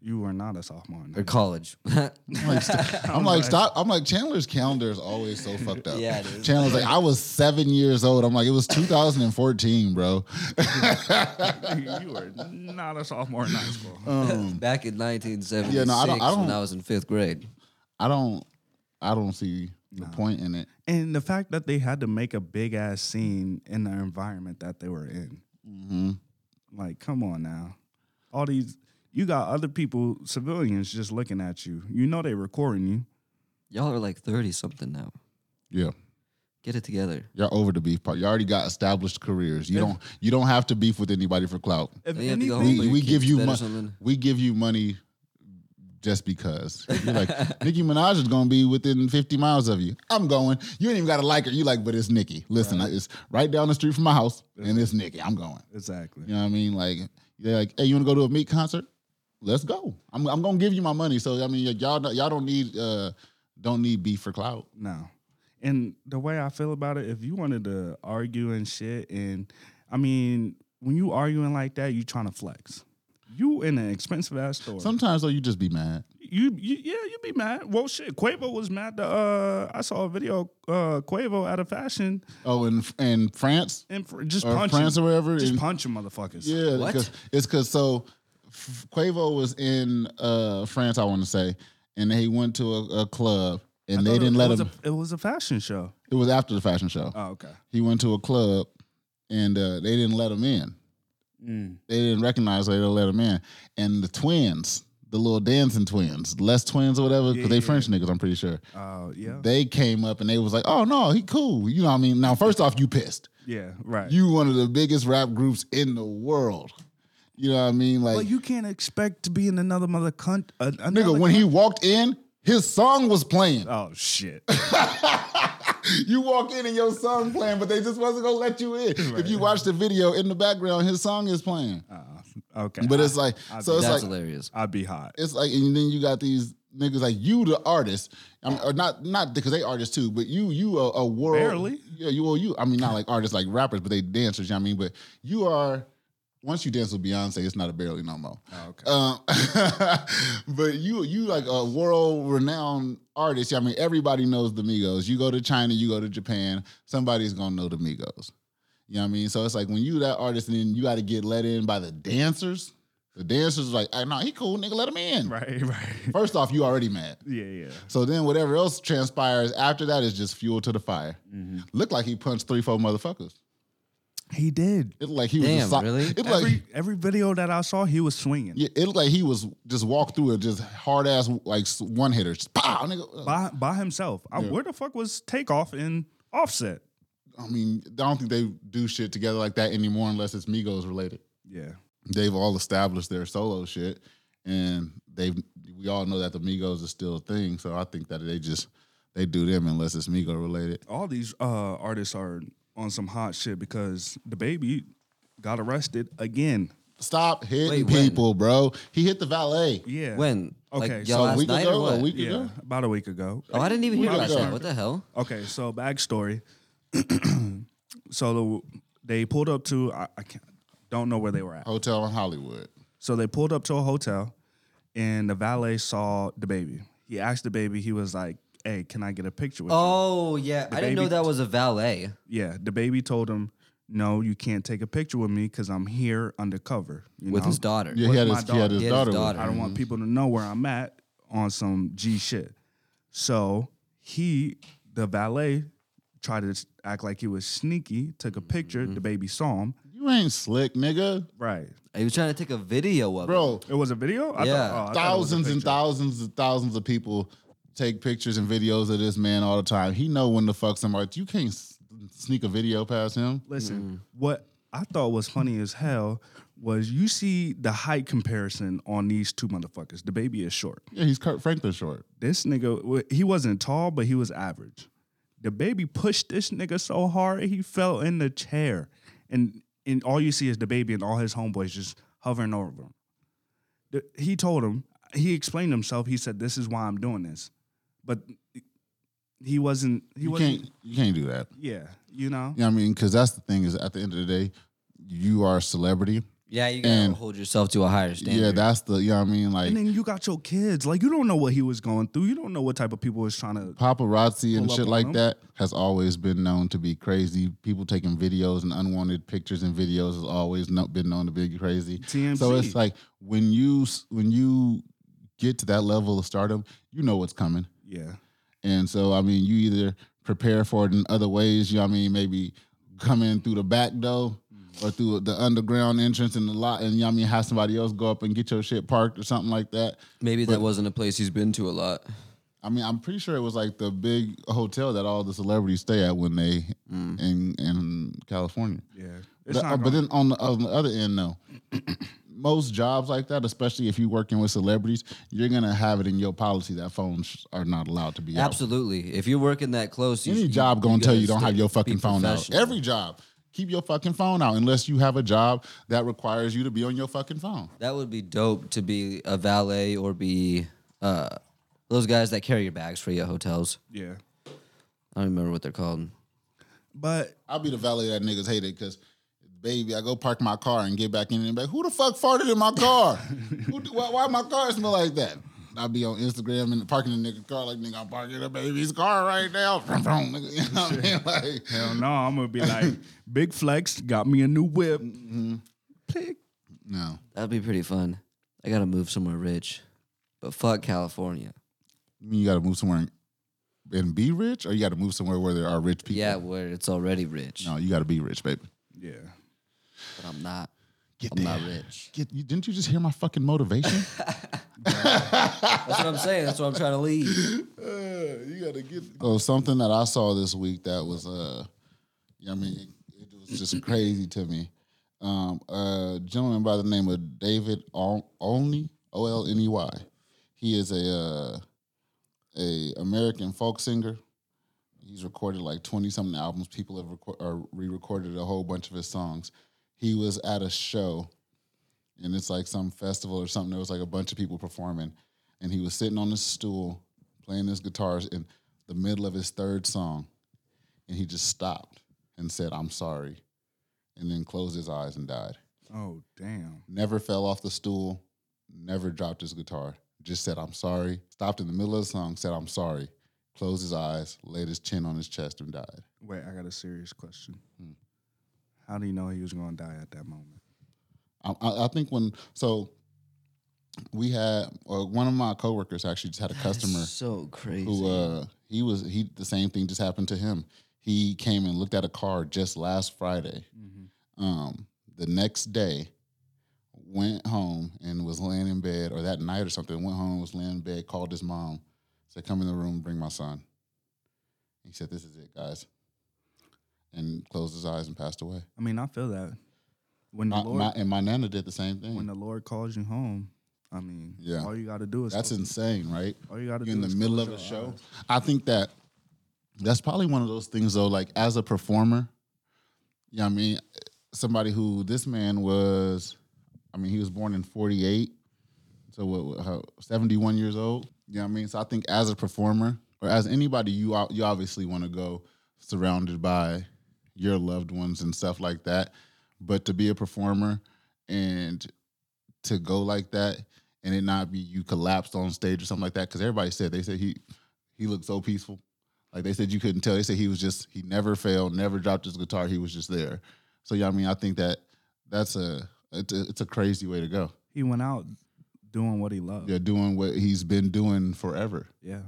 You were not a sophomore.
or
in high
college.
I'm like, st- I'm like, stop. I'm like, Chandler's calendar is always so fucked up.
Yeah, it is.
Chandler's like, I was seven years old. I'm like, it was 2014, bro.
school. you were not a sophomore in high school.
Uh, Back in 1976,
Yeah, no, I don't- I
when
don't-
I was in fifth grade.
I don't, I don't see the point in it.
and the fact that they had to make a big ass scene in the environment that they were in.
Mm-hmm.
Like, come on now. All these, you got other people, civilians, just looking at you. You know they recording you.
Y'all are like 30 something now.
Yeah,
Get it together.
you're over the beef part. You already got established careers. You don't, you don't have to beef with anybody for clout.
If
Then you have to go home
anything,
We,
for your
we give
kids
you
bed or
money.
something.
We give you money just because. You're like Nicki Minaj is gonna be within 50 miles of you. I'm going. You ain't even gotta like her. You like, but it's Nicki. Listen, it's right down the street from my house, and it's Nicki. I'm going.
exactly.
You know what I mean? Like they're like, hey, you want to go to a meat concert? Let's go. I'm, I'm gonna give you my money. So I mean, y- y'all don't- y'all don't need uh don't need beef for clout.
No. And the way I feel about it, if you wanted to argue and shit, and I mean, when you arguing like that, you trying to flex. You in an expensive ass store.
Sometimes though, you just be mad.
you, you yeah, you be mad. Well, shit, Quavo was mad. To, uh, I saw a video uh Quavo out of fashion
Oh, and and France
and fr- just
or
punch
France
him.
or wherever.
just
in-
punch him, motherfuckers.
Yeah,
What?
because it's because so F- Quavo was in uh, France, I want to say, and he went to a, a club, and
I
they
thought
didn't
it,
let
it was
him.
A, it was a fashion show.
it was after the fashion show.
Oh, okay.
He went to a club, and uh, they didn't let him in.
Mm.
They didn't recognize. her, They didn't let him in. And the twins, the little dancing twins, Les twins or whatever, because they French niggas, I'm pretty sure.
Oh, yeah.
They came up and they was like, "Oh no, he cool." You know what I mean? Now, first off, you pissed.
yeah, right.
You one of the biggest rap groups in the world. You know what I mean? Like,
but you can't expect to be in another mother cunt. Uh,
Nigga, when he walked in, his song was playing.
oh shit.
You walk in and your song playing, but they just wasn't gonna let you in. If you watch the video in the background, his song is playing.
Uh-huh. okay,
But it's like, so it's like,
That's hilarious.
I'd be hot.
it's like, and then you got these niggas like you, the artist. I mean, or not, not because they artists too, but you, you a, a world.
Barely.
Yeah, you, well, you. I mean, not like artists, like rappers, but they dancers. You know what I mean, but you are. Once you dance with Beyonce, it's not a barely no more.
okay.
Um, but you you like a world renowned artist. I mean, everybody knows the Migos. You go to China, you go to Japan, somebody's gonna know the Migos. You know what I mean? So it's like when you that artist, and then you got to get let in by the dancers. The dancers are like, "Ah, nah, he cool, nigga, let him in."
Right, right.
First off, you already mad.
Yeah, yeah.
So then whatever else transpires after that is just fuel to the fire. Looked like he punched three, four motherfuckers.
He did.
It looked like he was
Damn,
just so-
really?
It looked like
Every every video that I saw, he was swinging.
Yeah, it looked like he was just walked through a just hard ass like one hitter. Just pow, nigga. Uh,
By by himself. I, where the fuck was takeoff and offset?
I mean, I don't think they do shit together like that anymore unless it's Migos related.
Yeah.
They've all established their solo shit, and they've we all know that the Migos is still a thing. So I think that they just they do them unless it's Migo related.
All these uh, artists are on some hot shit because the baby got arrested again.
Stop hitting
Wait, when?
people, bro. He hit the valet.
Yeah.
When?
Okay,
like,
so
y'all
a
last
week
night
ago,
or what?
a week
Yeah.
ago.
About a week ago.
Oh, I didn't even hear
Week
about
ago.
that. What the hell?
Okay, so backstory. so the, they pulled up to I, I can't, don't know where they were at.
Hotel in Hollywood.
So they pulled up to a hotel, and the valet saw the baby. he asked the baby. He was like, "Hey, can I get a picture with you?"
Oh yeah, I didn't know
baby-
that was a valet.
Yeah, the baby told him, "No, you can't take a picture with me because I'm here undercover." You
with
know?
his daughter.
Yeah, he had
With
his,
my
he had
daughter.
his
He had his
daughter. with
daughter.
him.
I don't want people to know where I'm at on some G shit. So he, the valet, tried to s- act like he was sneaky, took a picture,
Mm-hmm.
the baby saw him.
You ain't slick, nigga.
Right.
He was trying to take a video of it.
Bro,
It was a video? I
Yeah.
thought- oh, I thought it was a
thousands and
picture.
thousands and thousands of people take pictures and videos of this man all the time. He know when the fuck somebody you can't s- sneak a video past him.
Listen, what I thought was funny as hell was you see the height comparison on these two motherfuckers. The baby is short.
Yeah, he's Kurt Franklin short.
This nigga, wa- he wasn't tall, but he was average. The baby pushed this nigga so hard he fell in the chair, and and all you see is the baby and all his homeboys just hovering over him. The- he told him, he explained himself. He said, "This is why I'm doing this," but he wasn't. He
You
wasn't.
can't you can't do that.
Yeah, you know.
You know what I mean? Cause that's the thing is at the end of the day, you are a celebrity.
Yeah, you gotta
And-
hold yourself to a higher standard.
Yeah, that's the you know what I mean? Like
And then you got your kids. Like you don't know what he was going through. You don't know what type of people was trying to.
paparazzi and
Pull up
shit
on
like
him.
that has always been known to be crazy. People taking videos and unwanted pictures and videos has always no, been known to be crazy.
TMZ.
So it's like when you s- when you get to that level of stardom, you know what's coming.
Yeah.
And so, I mean, you either prepare for it in other ways, you know what I mean? Maybe come in through the back door
Mm.
or through the underground entrance in the lot and, you know what I mean, have somebody else go up and get your shit parked or something like that.
Maybe that wasn't a place he's been to a lot.
I mean, I'm pretty sure it was like the big hotel that all the celebrities stay at when they
Mm.
in in California.
Yeah. It's
But,
not
uh, but
gonna-
then on the, on the other end, though, most jobs like that, especially if you're working with celebrities, you're gonna have it in your policy that phones are not allowed to be out.
Absolutely. If you're working that close, you,
Any
you-
job gonna
gotta
tell you don't
stay-
have your
be
fucking phone out.
professional.
Every job, keep your fucking phone out unless you have a job that requires you to be on your fucking phone.
that would be dope to be a valet or be uh, those guys that carry your bags for you at hotels.
Yeah.
I don't remember what they're called.
But
I'll be the valet that niggas hated because, baby, I go park my car and get back in and be like, who the fuck farted in my car? who, do- why, why my car smell like that? I'll be on Instagram and parking the nigga car like, nigga, I'm parking a baby's car right now. Vroom, vroom, nigga. You know what I mean? Like,
Hell no, I'm gonna be like, Big Flex got me a new whip.
Mm-hmm.
Click.
no.
That'd be pretty fun. I gotta move somewhere rich, but fuck California.
I mean, you got to move somewhere and- and be rich or you got to move somewhere where there are rich people?
Yeah, where it's already rich,
No, you got to be rich, baby.
Yeah.
but I'm not.
Get
I'm
there.
not rich.
Get, you, didn't you just hear my fucking motivation?
That's what I'm saying. That's what I'm trying to leave.
Uh, you gotta get. Oh, something that I saw this week that was uh, I mean, it, it was just crazy to me. Um, a gentleman by the name of David Ol- Olney, O L N E Y. He is a uh, a American folk singer. He's recorded like twenty something albums. People have reco- or re-recorded a whole bunch of his songs. He was at a show and it's like some festival or something. There was like a bunch of people performing, and he was sitting on his stool playing his guitars in the middle of his third song, and he just stopped and said, "I'm sorry," and then closed his eyes and died.
Oh damn.
Never fell off the stool, never dropped his guitar. Just said, "I'm sorry." Stopped in the middle of the song, said, "I'm sorry," closed his eyes, laid his chin on his chest, and died.
Wait, I got a serious question.
Hmm.
How do you know he was gonna die at that moment?
I, I I think when so. We had uh, one of my coworkers actually just had a customer
So crazy.
who uh he was he the same thing just happened to him. He came and looked at a car just last Friday.
Mm-hmm.
Um, the next day, went home and was laying in bed, or that night or something. Went home, was laying in bed, called his mom, said, "Come in the room, bring my son." He said, "This is it, guys," and closed his eyes and passed away.
I mean, I feel that. When the
My,
Lord
my, and my nana did the same
when
thing.
the Lord calls you home, I mean,
Yeah.
all you gotta do is
That's insane, right?
all you gotta
You're
do
in the
is
middle
close
of a
your
show.
eyes.
I think that that's probably one of those things though, like as a performer, you know what I mean? Somebody who this man was I mean, he was born in forty eight. So what, what how, seventy one years old. You know what I mean? So I think as a performer or as anybody, you ob- you obviously want to go surrounded by your loved ones and stuff like that. But to be a performer and to go like that and it not be you collapsed on stage or something like that? Because everybody said they said he he looked so peaceful. Like they said you couldn't tell. They said he was just he never failed, never dropped his guitar. He was just there. So yeah, I mean, I think that that's a it's a, it's a crazy way to go.
He went out doing what he loved.
Yeah, doing what he's been doing forever,
yeah.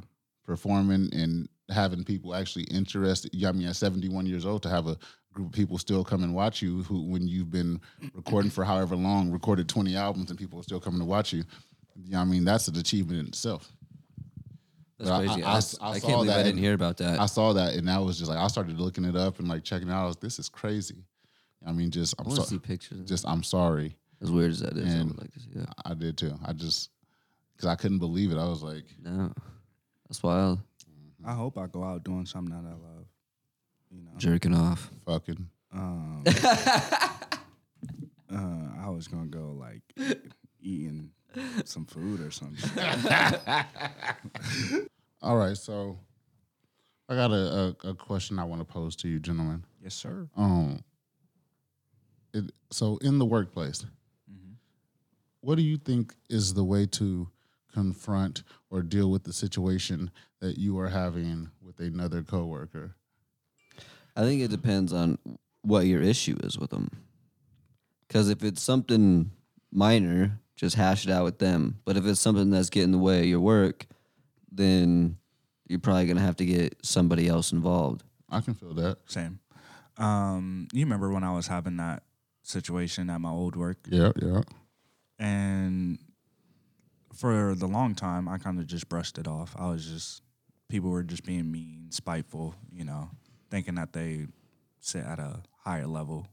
performing and having people actually interested. Yeah, I mean, at 71 years old, to have a group of people still come and watch you who when you've been recording for however long, recorded 20 albums, and people are still coming to watch you. Yeah, I mean, that's an achievement in itself. But
That's
I-
crazy.
I- I
I,
s- I
I
saw
can't believe
that
I
in-
didn't hear about that.
I saw that and that was just like I started looking it up and like checking it out. I was, this is crazy. I mean, just
I
I'm
want to see
sorry.
pictures. Just
Just I'm sorry.
as weird as that is, I
and-
would like to see that.
I I did too. I just because I couldn't believe it. I was like,
No, that's wild.
I hope I go out doing something that I love. You know,
Jerking off.
fucking.
um, uh, I was gonna go like eating some food or something.
All right, so I got a, a, a question I want to pose to you, gentlemen.
yes, sir.
Um, it, so in the workplace,
Mm-hmm.
what do you think is the way to confront or deal with the situation that you are having with another coworker?
I think it depends on what your issue is with them. Because if it's something minor, just hash it out with them. But if it's something that's getting in the way of your work, then you're probably gonna have to get somebody else involved.
I can feel that.
Same. Um, you remember when I was having that situation at my old work,
Yeah, yeah.
and for the long time, I kind of just brushed it off. I was just people were just being mean, spiteful, you know, thinking that they sit at a higher level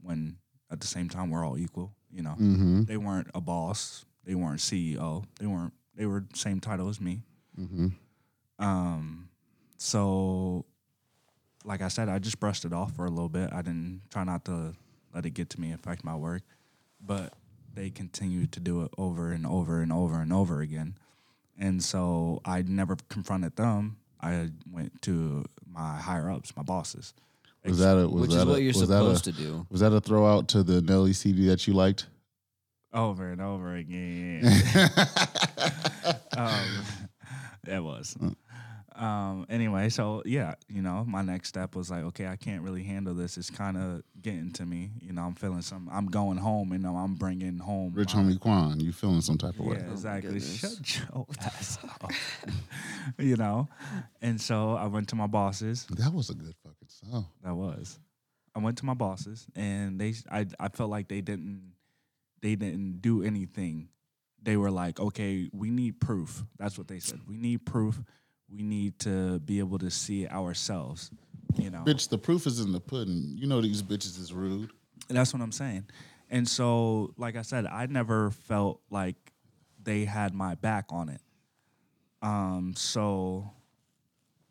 when at the same time we're all equal, you know.
Mm-hmm.
They weren't a boss. They weren't CEO. They weren't. They were same title as me.
Mm-hmm.
Um, so, like I said, I just brushed it off for a little bit. I didn't try not to let it get to me, affect my work. But they continued to do it over and over and over and over again. And so I never confronted them. I went to my higher ups, my bosses.
Was that a was
which
that
is
a,
what you're
was that a-
supposed to do.
Was that a throwout to the Nelly CD that you liked?
Over and over again. um, it was. Um, anyway, so yeah, you know, my next step was like, okay, I can't really handle this. It's kind of getting to me. You know, I'm feeling some. I'm going home, and I'm bringing home
Rich
my-
homie Quan, you feeling some type of way?
yeah,
Oh, my
exactly.
goodness.
Shut your ass up. you know, and so I went to my bosses.
That was a good fucking
Oh.
song.
That was. I went to my bosses, and they. I I felt like they didn't. They didn't do anything. They were like, okay, we need proof. That's what they said. We need proof. We need to be able to see it ourselves. You know.
Bitch, the proof is in the pudding. You know these bitches is rude.
And That's what I'm saying. And so, like I said, I never felt like they had my back on it. Um, so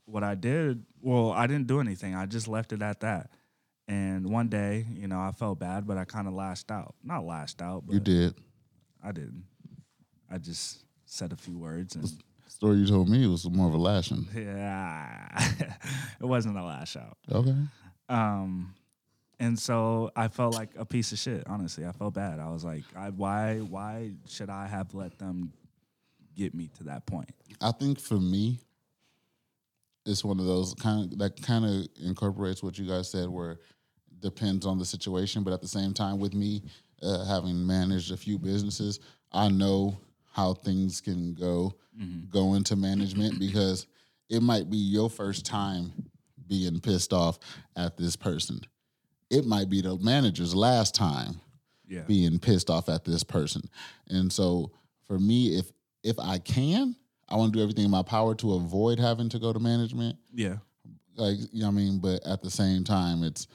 what I did, well, I didn't do anything. I just left it at that. And one day, you know, I felt bad, but I kind of lashed out. Not lashed out, but
You did.
I didn't. I just said a few words and
Story you told me was more of a lashing.
yeah, it wasn't a lash out.
Okay.
Um, and so I felt like a piece of shit. Honestly, I felt bad. I was like, I, why, why should I have let them get me to that point?
I think for me, it's one of those kind of that kind of incorporates what you guys said, where depends on the situation. But at the same time, with me uh, having managed a few businesses, I know how things can go go into management because it might be your first time being pissed off at this person. It might be the manager's last time
Yeah,
being pissed off at this person. And so for me, if if I can, I want to do everything in my power to avoid having to go to management.
yeah,
Like you know what I mean, but at the same time, it's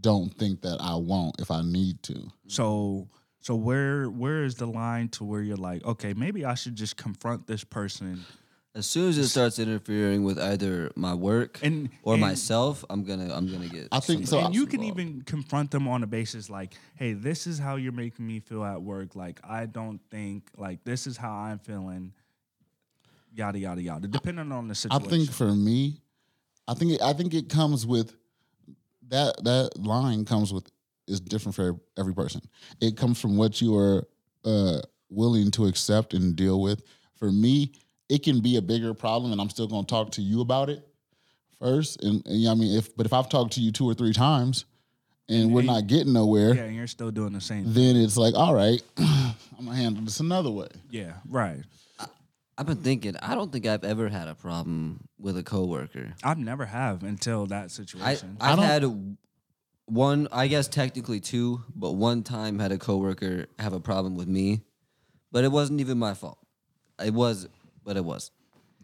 don't think that I won't if I need to.
So so where where is the line to where you're like, okay, maybe I should just confront this person
As soon as it starts interfering with either my work
and
or
and-
myself, I'm gonna I'm gonna get.
I think so.
somebody
and
else
you can
involved.
even confront them on a basis like, hey, this is how you're making me feel at work. Like, I don't think, like, this is how I'm feeling, yada, yada, yada, depending on the
I
situation.
think for me, I think it, I think it comes with that that line comes with is different for every person. It comes from what you are uh, willing to accept and deal with. For me, it can be a bigger problem, and I'm still gonna talk to you about it first. And, and you know what I mean, if but if I've talked to you two or three times and we're not getting nowhere,
Yeah, and you're still doing the same.
then it's like, all right, I'm gonna handle this another way.
Yeah, right.
I've been thinking. I don't think I've ever had a problem with a coworker.
I've never have until that
I
situation.
I've had a- one, I guess technically two, but one time had a coworker have a problem with me, but it wasn't even my fault. It was, but it was.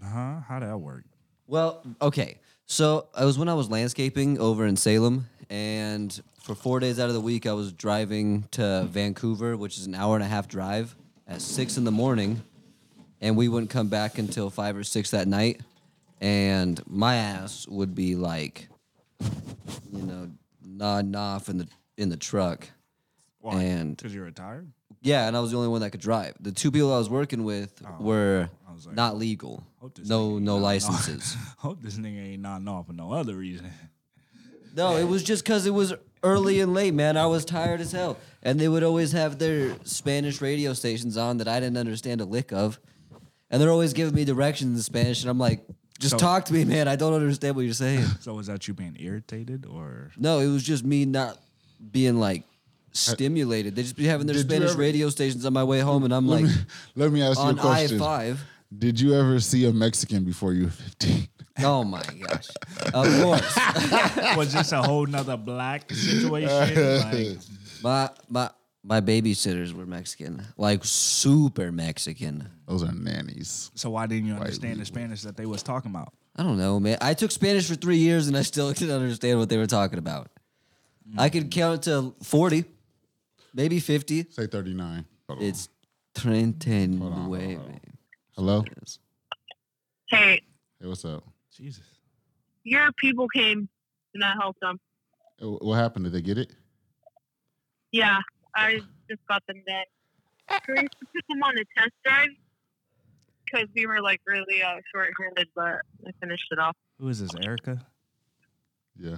huh? How did that work?
Well, okay. So it was when I was landscaping over in Salem, and for four days out of the week, I was driving to Vancouver, which is an hour and a half drive, at six in the morning, and we wouldn't come back until five or six that night, and my ass would be like, you know, nodding off in the in the truck, and
Because you're retired?
yeah, and I was the only one that could drive. The two people I was working with were not legal,
this
no no licenses.
Hope this nigga ain't nodding off for no other reason.
No, it was just because it was early and late, man. I was tired as hell. And they would always have their Spanish radio stations on that I didn't understand a lick of. And they're always giving me directions in Spanish. And I'm like, just
So-
talk to me, man. I don't understand what you're saying.
So was that you being irritated or
no, it was just me not being like stimulated. They just be having their
Uh, Did you
Spanish
ever-
radio stations on my way home. And I'm like,
Let me ask you a
on I
question.
5.
Did you ever see a Mexican before you were 15?
Oh my gosh. Of course.
was this a whole nother black situation? Like,
My, my, my babysitters were Mexican, like super Mexican.
Those are nannies.
so why didn't you understand the Spanish that they was talking about?
I don't know, man. I took Spanish for three years and I still didn't understand what they were talking about. I could count to 40, maybe 50.
Say 39. Hold on.
It's 39.
Hello?
Hey,
Hey, what's up?
Jesus.
your people came and I helped them.
Hey, wh- What happened? Did they get it?
Yeah, I just got them dead. Grace took them on a test drive because we were like really uh, short-handed, but I finished it off.
Who is this, Erica?
Yeah.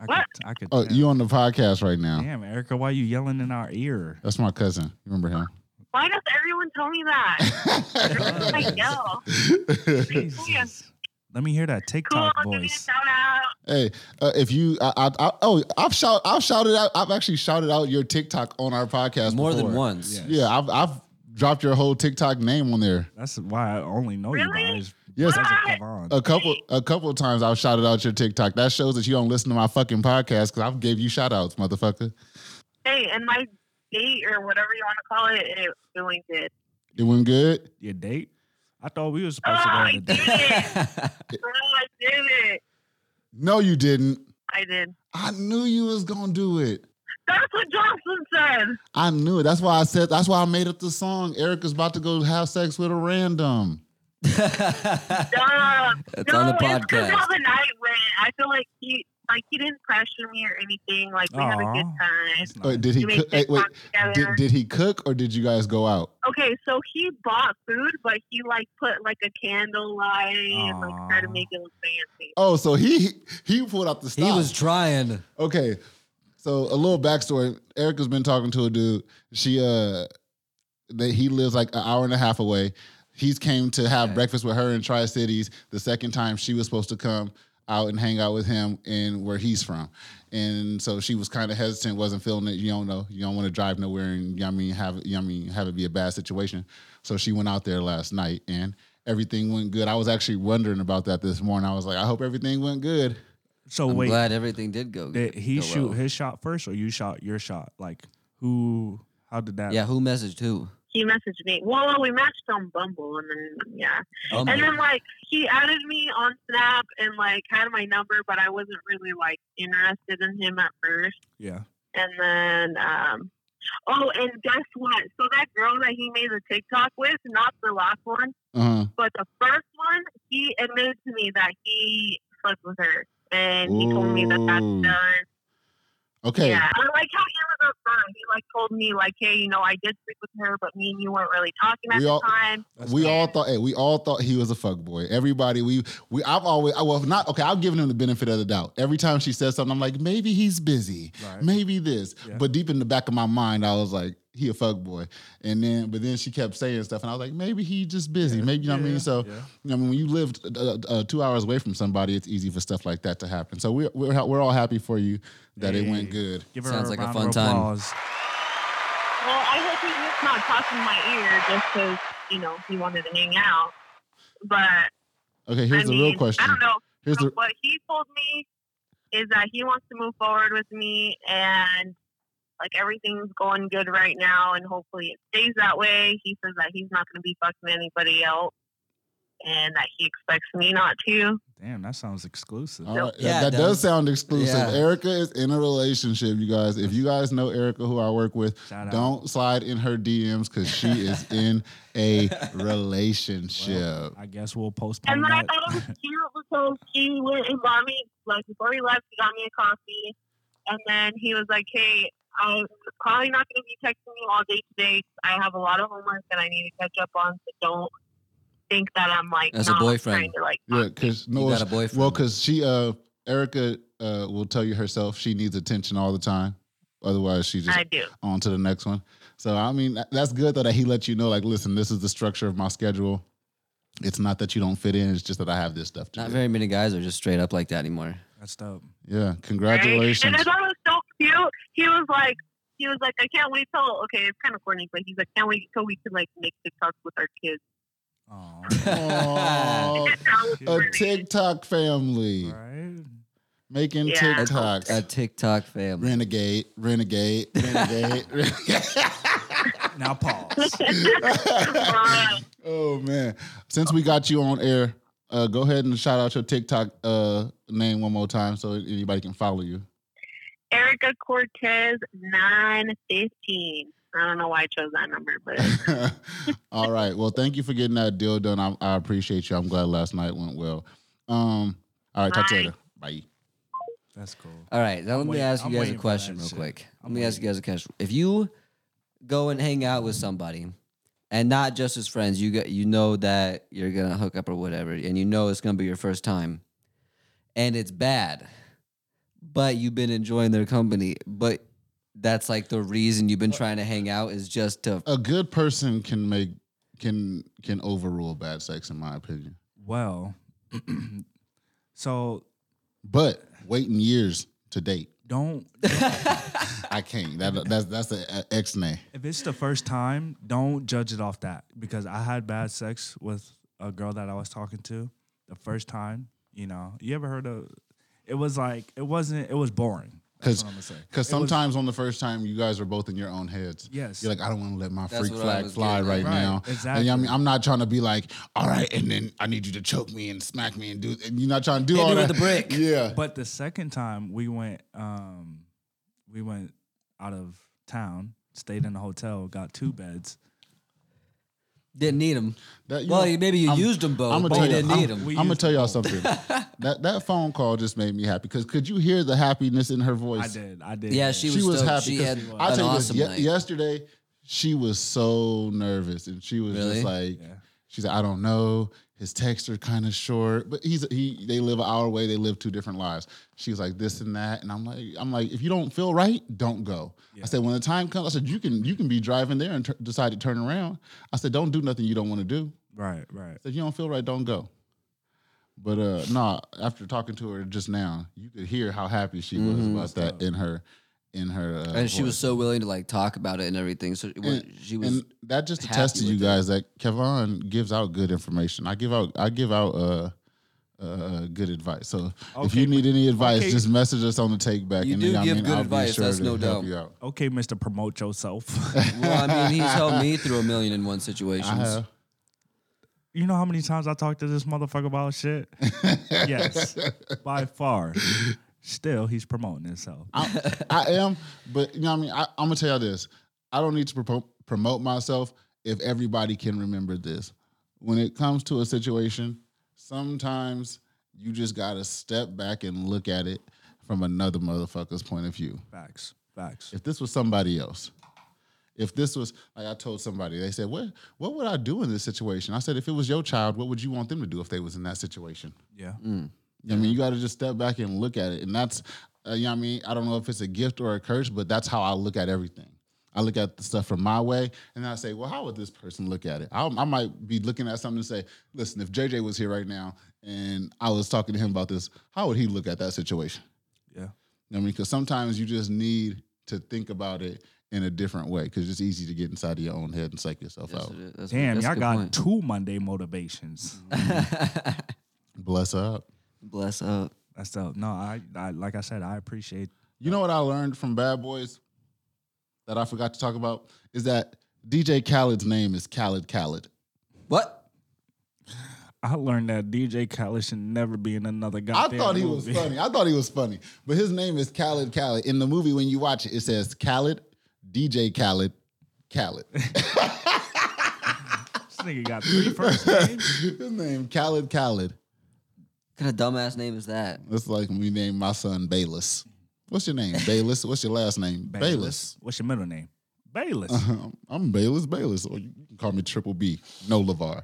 I
What?
could I could
Oh,
tell.
you on the podcast right now.
Damn, Erica, why you yelling in our ear?
That's my cousin. You remember him?
Why does everyone tell me that? I know.
Jesus. Let me hear that
Cool,
TikTok
I'll give you a
voice.
shout out.
hey, uh, if you, I, I, I, oh, I've shout, I've shouted out, I've actually shouted out your TikTok on our podcast
More than
before.
once.
Yeah.
Yeah, I've, I've dropped your whole TikTok name on there.
That's why I only know
Really?
you guys.
Yes.
Because of Kevon.
A couple, a couple of times I've shouted out your TikTok. That shows that you don't listen to my fucking podcast because I've gave you shout outs, motherfucker.
Hey, and my date or whatever you want to call it, it really did.
It went good.
Your date? I thought we were
Oh,
supposed to go on
I
a
did
date.
it! Oh, I did it!
No, you didn't.
I did.
I knew you was gonna do it.
That's what Johnson said.
I knew it. That's why I said. That's why I made up the song. Erica's about to go have sex with a random.
Dumb.
It's on the
it's 'cause
podcast.
how the night went. I feel like he, like he didn't pressure me or anything. Like we had a good
Aw.
time.
That's
Wait,
nice.
did he?
We made
Cook, hey, wait,
TikToks together.
did, did he cook or did you guys go out?
okay, so he bought food, but he like put like a candle light and like tried to
Aw.
make it look fancy.
Oh, so he he pulled out the
he
stop.
was trying.
okay. So a little backstory. Erica's been talking to a dude. She uh, that he lives like an hour and a half away. He's came to have
Okay.
breakfast with her in Tri Cities. The second time she was supposed to come out and hang out with him in where he's from. And so she was kind of hesitant, wasn't feeling it. You don't know. You don't want to drive nowhere and you know what I mean have you know what I mean have it be a bad situation. So she went out there last night and everything went good. I was actually wondering about that this morning. I was like, I hope everything went good.
So
I'm
wait,
glad everything did go
did he
go
shoot
well.
his shot first or you shot your shot? Like who how did that
Yeah, who messaged who?
He messaged me. Well, we matched on Bumble, and then yeah,
Um,
and then like he added me on Snap and like had my number, but I wasn't really like interested in him at first.
Yeah.
And then, um, oh, and guess what? So that girl that he made the TikTok with, not the last one,
Uh-huh.
but the first one, he admitted to me that he slept with her. And he told me that that's
Ooh.
done.
Okay.
Yeah. I like how he was upfront. He like told me like, hey, you know, I did sleep with her, but me and you weren't really talking at
We
the
all-
time.
That's
we
good.
all thought, hey, we all thought he was a fuck boy. Everybody, we, we, I've always, I- well, not okay. I've given him the benefit of the doubt. Every time she says something, I'm like, maybe he's busy,
Right.
maybe this.
Yeah.
But deep in the back of my mind, I was like, he a fuck boy. And then, but then she kept saying stuff, and I was like, maybe he just busy.
Yeah.
Maybe you know what I
Yeah.
mean. So,
Yeah.
you know, when you live uh, uh, two hours away from somebody, it's easy for stuff like that to happen. So we're we're, ha- we're all happy for you that it went
Hey.
good.
Give
Sounds like a
round
fun
of
time.
applause.
Well, I hope he's just not talking in my ear just because, you know, he wanted to hang out. But
Okay, here's
I
the
mean,
real question.
I don't know.
Here's
From
the
what he told me is that he wants to move forward with me and like everything's going good right now and hopefully it stays that way. He says that he's not going to be fucking anybody else and that he expects me not to.
Damn, that sounds exclusive.
All right,
Yeah,
that,
it
that does
does.
sound exclusive.
Yeah.
Erica is in a relationship, you guys. If you guys know Erica, who I work with,
Shout out.
don't slide in her DMs because she is in a relationship.
Well, I guess we'll postpone
And then I
that.
thought it was cute because he went and got me like before he left, he got me a coffee, and then he was like, "Hey, I'm probably not going to be texting you all day today. I have a lot of homework that I need to catch up on. So don't think that I'm like
As a
not
boyfriend.
trying to like
yeah, because
You
no,
got a boyfriend.
well, because she, uh, Erica, uh, will tell you herself she needs attention all the time. Otherwise, she just
I do.
on to the next one. So I mean, that- that's good though that he let you know. Like, listen, this is the structure of my schedule. It's not that you don't fit in. It's just that I have this stuff to
Not
do.
very many guys are just straight up like that anymore.
That's dope.
yeah,
Right?
congratulations.
And I thought it was so cute. He was like, he was like, I can't wait till okay, it's kind of corny, but he's like, can't wait till we can like make TikToks with our kids.
Oh,
Aw. a TikTok family
right?
making
Yeah.
TikToks.
A TikTok family.
renegade, renegade, renegade. renegade.
Now pause.
oh man! Since we got you on air, uh, go ahead and shout out your TikTok uh, name one more time so anybody can follow you.
Erica Cortez nine fifteen. I don't know why I chose that number, but
All right. Well, thank you for getting that deal done. I, I appreciate you. I'm glad last night went well. Um. All right. Talk to you
Bye.
later. Bye.
That's cool.
All right, now let me
wait-
ask
I'm
you guys a
waiting for
question
that
real
shit.
quick. Let
I'm
me ask you guys a question. If you go and hang out with somebody, and not just as friends, you get you know that you're gonna hook up or whatever, and you know it's gonna be your first time, and it's bad, but you've been enjoying their company, but that's like the reason you've
Uh,
been trying to hang out is just to
A good person can make can can overrule bad sex, in my opinion.
Well, so
But waiting years to date,
don't
I can't. That, that's that's uh, an ex nay.
if it's the first time, don't judge it off that because I had bad sex with a girl that I was talking to the first time. You know, you ever heard of? It was like it wasn't. It was boring. That's
'Cause-
what I'm gonna say.
Because
It was-
sometimes on the first time, you guys are both in your own heads.
yes,
You're like, I don't want to let my
That's
freak
what I
flag
was
fly
getting at.
right,
Right,
now.
exactly.
And I mean, I'm not trying to be like, all right, and then I need you to choke me and smack me and do. And you're not trying to do
Hit
all
me
that.
with the brick.
Yeah.
But the second time we went, um, we went out of town, stayed in a hotel, got two beds.
didn't need them.
That- you
Well,
know,
maybe you
I'm-
used them both,
I'ma
but
tell
you
you,
didn't
I'm-
need them.
I'm
We
gonna
used
tell
to
y'all
vote.
something. that that phone call just made me happy. Because could you hear the happiness in her voice?
I did, I did.
Yeah, she
she
was,
was,
dope.
happy.
She
'cause
had
I'll
an
tell you
awesome
this. ye-
night.
yesterday, she was so nervous, and she was
Really?
just like,
Yeah.
she's like, I don't know. His texts are kind of short, but he's he. They live an hour away. They live two different lives. She was like this and that, and I'm like, I'm like, if you don't feel right, don't go. I
Yeah.
said when the time comes, I said you can you can be driving there and tur decide to turn around. I said don't do nothing you don't want to do.
Right, right.
I said you don't feel right, don't go. But uh nah, after talking to her just now, you could hear how happy she was
Mhm.
about that in her in her uh,
and she was
voice.
so willing to like talk about it and everything. So it was, she was
and that just
happy
attests to you
with it.
guys that Kevon gives out good information. I give out I give out uh uh good advice. So if
Okay,
you need any advice,
okay.
just message us on the take back
You
and
do
then I
give
mean
good
I'll be
advice,
sure
that's
to
no
help
doubt.
you out.
Okay, Mister, promote yourself.
Well, I mean, he's helped me through a million and one
I
situations.
have.
you know how many times I talked to this motherfucker about shit? yes, by far. Still, he's promoting himself.
I'm, I am, but you know what I mean. I, I'm gonna tell you all this. I don't need to propo- promote myself if everybody can remember this. When it comes to a situation, sometimes you just gotta step back and look at it from another motherfucker's point of view.
Facts, facts.
If this was somebody else, if this was like I told somebody, they said, "What what would I do in this situation?" I said, "If it was your child, what would you want them to do if they was in that situation?"
Yeah,
Mm,
I mean, you got to just step back and look at it. And that's, uh, you know what I mean? I don't know if it's a gift or a curse, but that's how I look at everything. I look at the stuff from my way, and I say, well, how would this person look at it? I, I might be looking at something and say, listen, if JJ was here right now and I was talking to him about this, how would he look at that situation?
Yeah.
I mean, because sometimes you just need to think about it in a different way because it's easy to get inside of your own head and psych yourself
Yes,
out.
it is. That's-
Damn,
that's a
y'all
good
got
point.
two Monday motivations.
Bless up.
Bless up.
That's dope. No, I, I like I said, I appreciate.
You know what I learned from Bad Boys that I forgot to talk about is that DJ Khaled's name is Khaled Khaled.
What?
I learned that DJ Khaled should never be in another
I
goddamn
thought he was
movie.
funny. I thought he was funny, but his name is Khaled Khaled. In the movie, when you watch it, it says Khaled, DJ Khaled, Khaled.
this nigga got three first names.
his name Khaled Khaled.
kind of dumbass name is that?
That's like we named my son Bayless. What's your name, Bayless? What's your last name, Bayless?
What's your middle name? Bayless.
Um, I'm Bayless Bayless, or you can call me Triple B, no Levar.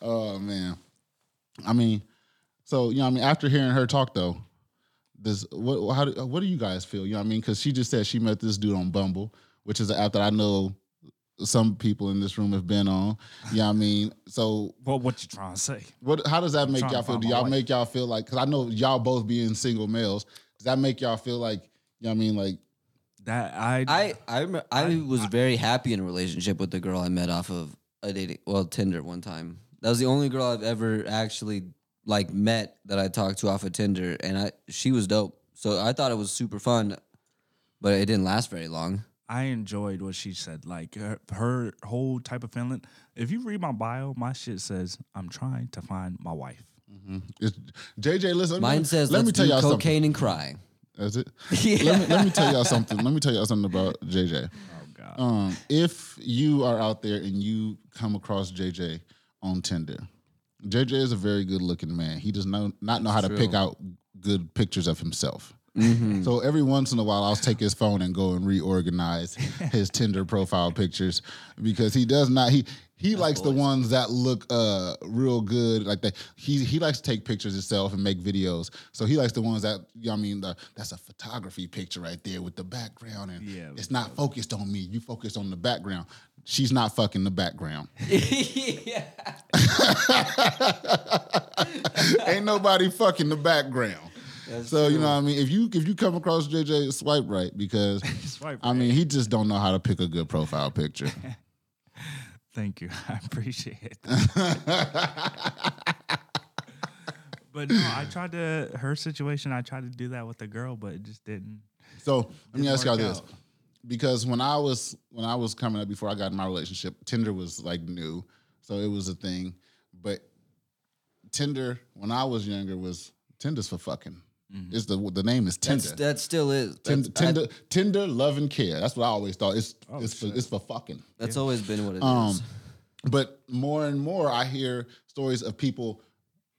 oh man, I mean, so you know, I mean, after hearing her talk though, does what how do, what do you guys feel? You know, what I mean, because she just said she met this dude on Bumble, which is an app that I know some people in this room have been on. You know, what I mean, so
Well, what you trying to say?
what? How does that make
trying
y'all
to
feel?
find
Do
my
y'all
wife.
make y'all feel like? Because I know y'all both being single males. Does that make y'all feel like? You know what I mean? Like,
That I
I I remember, I was very happy in a relationship with the girl I met off of a dating well Tinder one time. That was the only girl I've ever actually like met that I talked to off of Tinder, and I she was dope. So I thought it was super fun, but it didn't last very long.
I enjoyed what she said. Like her, her whole type of feeling. If you read my bio, my shit says I'm trying to find my wife.
it's, JJ, listen.
Mm-hmm. Mine says
let me tell
do
y'all something.
cocaine and cry.
That's it.
Yeah.
Let me let me tell y'all something. Let me tell y'all something about JJ.
Oh God.
Um, if you are out there and you come across JJ on Tinder, JJ is a very good looking man. He does not not know how to pick out good pictures of himself. So every once in a while, I'll take his phone and go and reorganize his Tinder profile pictures because he does not he he likes the ones that look uh real good like that. He he likes to take pictures himself and make videos. So he likes the ones that you know what I mean the, that's a photography picture right there with the background and
Yeah.
it's not focused on me. You focus on the background. She's not fucking the background.
yeah.
Ain't nobody fucking the background. so you know what I mean. If you if you come across JJ, swipe right because
Swipe
Uh, I mean he just don't know how to pick a good profile picture.
Thank you. I appreciate that. but no, I tried to her situation, I tried to do that with the girl, but it just didn't.
So let me
Didn't
ask y'all
work
this.
out.
Because when I was when I was coming up before I got in my relationship, Tinder was like new. So it was a thing. But Tinder, when I was younger, was Tinder's for fucking.
mm-hmm.
It's the the name is Tinder.
That's, that still is.
Tinder,
That's,
Tinder, Tinder, love and care. That's what I always thought. It's it's for,
shit.
it's for fucking.
that's always been what it is.
Um, but more and more, I hear stories of people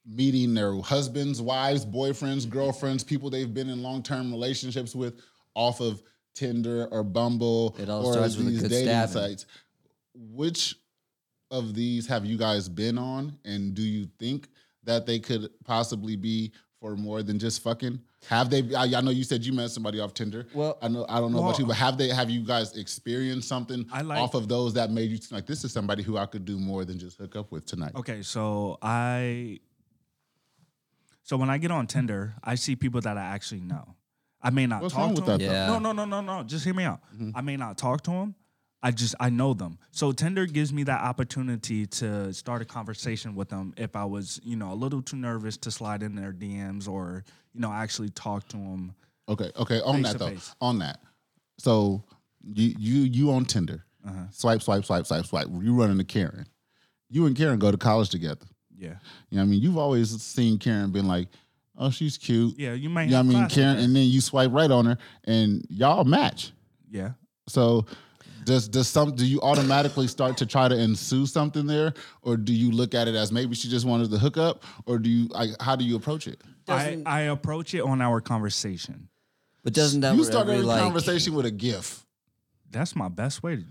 meeting their husbands, wives, boyfriends, girlfriends, people they've been in long term relationships with off of Tinder or Bumble
It all
or
starts with a
these
good
dating
stabbing.
sites. Which of these have you guys been on, and do you think that they could possibly be? For more than just fucking, have they? I, I know you said you met somebody off Tinder.
Well-
I know I don't know about
Well-
you, but have they? Have you guys experienced something
I like-
off of those that made you think like this is somebody who I could do more than just hook up with tonight.
Okay, so I so when I get on Tinder, I see people that I actually know. I may not
What's
talk
wrong
to
with
them.
that?
Yeah.
though? Mm-hmm.
No, no, no, no, no. Just hear me out. I may not talk to them. I just I know them. So Tinder gives me that opportunity to start a conversation with them if I was, you know, a little too nervous to slide in their DMs or, you know, actually talk to them.
Okay, okay. On
Face
that
to
though,
face.
on that. So you you you on Tinder?
Uh-huh.
Swipe, swipe, swipe, swipe, swipe. You run into Karen. You and Karen go to college together.
Yeah.
You know what I mean? You've always seen Karen been like, oh, she's cute.
Yeah, you might
You know what I
have
mean?
class with
Karen,
her.
and then you swipe right on her, and y'all match.
Yeah.
So does does some do you automatically start to try to ensue something there, or do you look at it as maybe she just wanted to hook up, or do you like how do you approach it?
I,
Doesn't-
I approach it on our conversation.
but doesn't that
you
re-
start every
like,
conversation with a gif.
That's my best way to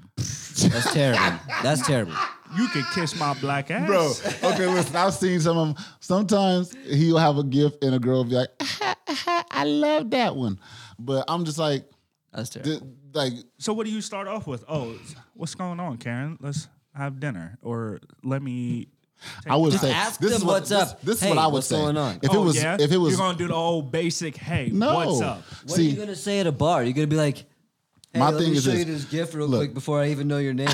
That's terrible. That's terrible.
you could kiss my black ass.
Bro, okay, listen, I've seen some of them. Sometimes he'll have a gif and a girl will be like, I love that one. But I'm just like,
That's terrible.
th- like
So what do you start off with? Oh, what's going on, Karen? Let's have dinner, or let me.
I would
Just
say
ask
this is
them
what,
what's
this-
up.
This, is
Hey,
what I would
what's
say.
going on?
If it
Oh,
was,
yeah?
if it was,
you're gonna do the old basic. Hey,
no.
what's up?
What
See,
are you gonna say at a bar? You're gonna be like, hey,
My
let
thing
me
is
show
this.
you this gift real
Look.
quick before I even know your name."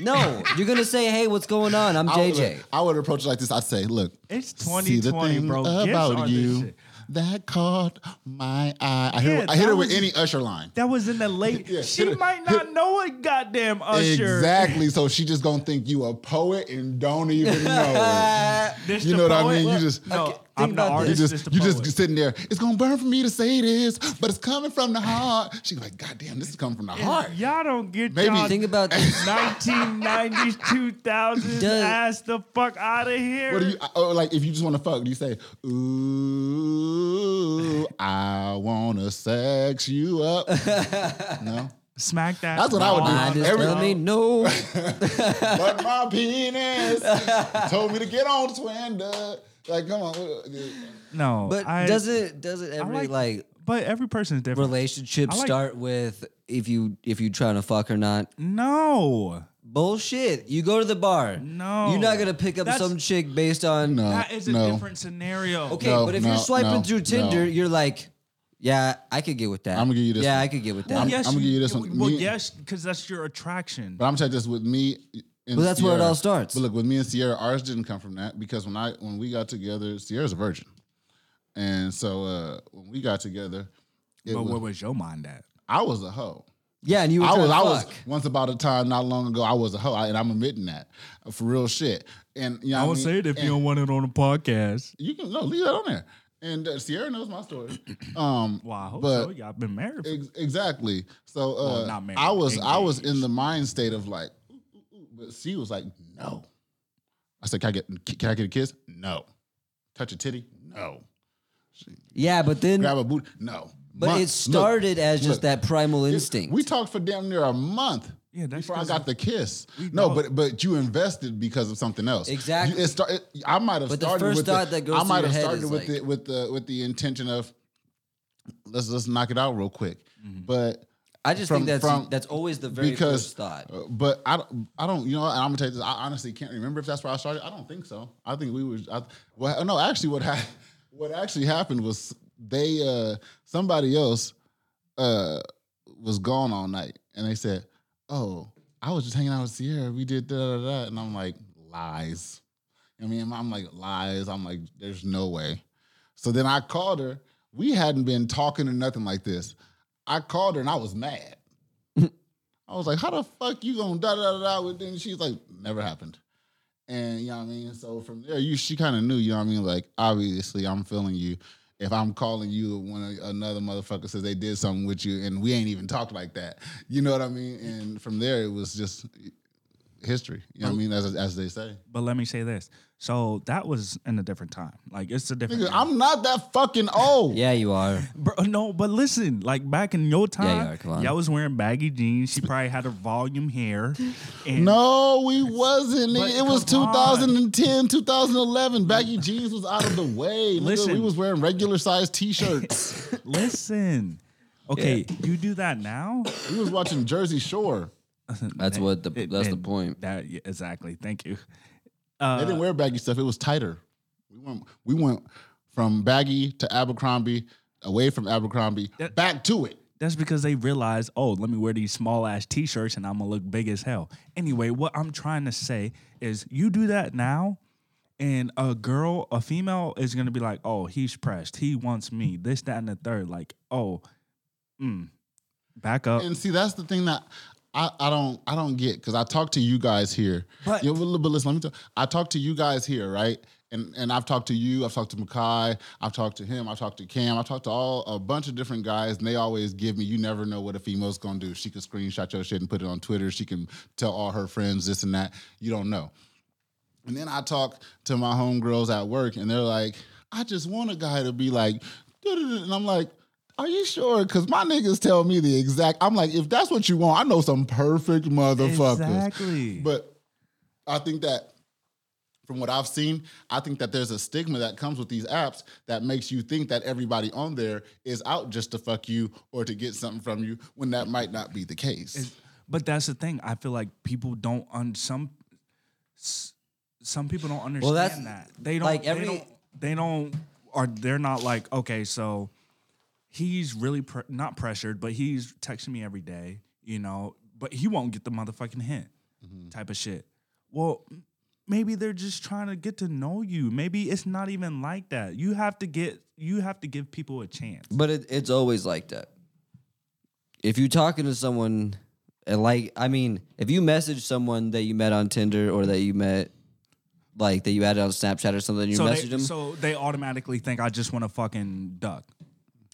no, you're gonna say, "Hey, what's going on? I'm
I would-
JJ."
I would approach it like this. I'd say, look,
It's
see the
2020,
thing
bro. Gifts
about
are the
you
shit.
that caught my eye. I hit,
Yeah,
it- I hit
that
it with
was-
any Usher line.
That was in the late.
Yeah.
She might not know a goddamn usher.
Exactly. So she just gonna think you a poet and don't even know it.
This
You
the
know what I
poet?
mean? You just-
no.
Okay,
I'm
think
the
about
You
artist.
this.
just,
this the
you
poet.
just sitting there. It's gonna burn for me to say this, but it's coming from the heart. She's like, God damn, this is coming from the heart.
Y'all don't get
Maybe-
y'all
Think about this.
1990s, 2000s.
Does-
ass the fuck out of here.
What do you? Or like, if you just want to fuck, do you say, "Ooh, I wanna sex you up"? no,
Smack that.
That's what I would do.
ball
I
on
just
the
Every-
tell
ground.
me no.
but my penis told me to get on twin. duh. Like, come on.
No,
But
I,
doesn't doesn't every
like-
like
But every person's different.
relationship
I like-
start with if you if you trying to fuck or not?
no,
Bullshit. You go to the bar.
No.
You're not gonna pick up
That's-
some chick based on
No,
that is a
no.
different scenario.
Okay,
No,
but if
no,
you're swiping
no,
through Tinder,
no.
you're like, yeah, I could get with that.
I'ma give you this
Yeah,
one.
I could get with that.
Well,
I'm-
yes,
I'm gonna give you this one.
Well,
Me-
yes, because that's your attraction.
But I'm telling you this with me. And
Well, that's where it
Sierra-
all starts.
But look, with me and Sierra, ours didn't come from that because when I when we got together, Sierra's a virgin, and so uh, when we got together, it
But
was,
where was your mind at?
I was a hoe.
yeah, and you were
I was, I was
fuck.
once about a time not long ago. I was a hoe, I, and I'm admitting that uh, for real shit. And you know,
I
what
would
mean?
say it if you
And-
don't want it on a podcast.
you can no leave that on there. And uh, Sierra knows my story. Um,
Wow, I hope
But-
so. y'all been married. For,
ex- exactly. So uh,
Well, not married,
I was I was in
engaged.
the mind state of like, ooh, ooh, ooh, but she was like, no. I said, can I get can I get a kiss? No. Touch a titty? No.
Yeah, but then,
Grab a boot? No.
but
Month-
it started as
look,
just that primal
look,
instinct.
We talked for damn near a month.
Yeah, that's
before I
'cause
got
of-
the kiss.
We
No,
know.
but but you invested because of something else.
Exactly.
You, it start, it- I might have
But the
started
first
with
thought
the,
that goes
I
through
might
your
have
head
started
is
with
like-
the with the with the intention of let's let's knock it out real quick.
Mm-hmm.
But
I just
from-
think that's
from-
that's always the very first thought.
uh, But I, don't- I don't, you know, and I'm gonna take this. I honestly can't remember if that's where I started. I don't think so. I think we was, I, well, no, actually, what ha- what actually happened was they, uh, somebody else, uh, was gone all night, and they said, "Oh, I was just hanging out with Sierra. We did da da da," and I'm like, lies. I mean, I'm like lies. I'm like, there's no way. So then I called her. We hadn't been talking or nothing like this. I called her and I was mad. I was like, how the fuck you gonna da da da da with them? She's like, never happened. And you know what I mean? So from there, you she kind of knew, you know what I mean? Like, obviously I'm feeling you. If I'm calling you when another motherfucker says they did something with you and we ain't even talked like that. You know what I mean? And from there it was just history. You know what I mean? As as they say.
but let me say this. So that was in a different time. Like it's a different.
Nigga,
era.
I'm not that fucking old.
Yeah, you are.
Bro, no, but listen, like back in your
you
time,
are, come on.
y'all was wearing baggy jeans. She probably had her volume hair. And
No, we wasn't.
But
nigga. It was
come on.
2010, 2011. Baggy jeans was out of the way. nigga.
Listen.
we was wearing regular sized t-shirts.
listen, okay, you do that now.
We was watching Jersey Shore.
That's what the
It-
that's the
and
point.
That yeah, exactly. Thank you. Uh,
they didn't wear baggy stuff. It was tighter. We went we went from baggy to Abercrombie, away from Abercrombie,
That-
back to it.
That's because they realized, oh, let me wear these small ass t shirts and I'm gonna look big as hell. Anyway, what I'm trying to say is you do that now, and a girl, a female, is gonna be like, oh, he's pressed. He wants me. This, that, and the third. Like, oh, mm, back up.
And see, that's the thing that I, I don't I don't get because I talk to you guys here.
But-
Yo, but, but listen, let me tell. I talk to you guys here, right? And and I've talked to you, I've talked to Makai, I've talked to him, I've talked to Cam, I've talked to all a bunch of different guys, and they always give me. You never know what a female's gonna do. She could screenshot your shit and put it on Twitter. She can tell all her friends this and that. You don't know. And then I talk to my homegirls at work, and they're like, I just want a guy to be like, "Duh-duh-duh," and I'm like, are you sure? Because my niggas tell me the exact. I'm like, if that's what you want, I know some perfect motherfuckers.
Exactly.
But I think that From what I've seen, I think that there's a stigma that comes with these apps that makes you think that everybody on there is out just to fuck you or to get something from you when that might not be the case.
But that's the thing. I feel like people don't un some s- some people don't understand
that's-
that. They don't
like,
they
every-
don't they don't or they're not like, okay, so he's really pre- not pressured, but he's texting me every day, you know, but he won't get the motherfucking hint
Mm-hmm.
type of shit. Well, m- maybe they're just trying to get to know you. Maybe it's not even like that. You have to get you have to give people a chance.
But it, it's always like that. If you're talking to someone, and like, I mean, if you message someone that you met on Tinder or that you met, like, that you added on Snapchat or something, you
so
message
they,
them.
so they automatically think I just want to fucking duck.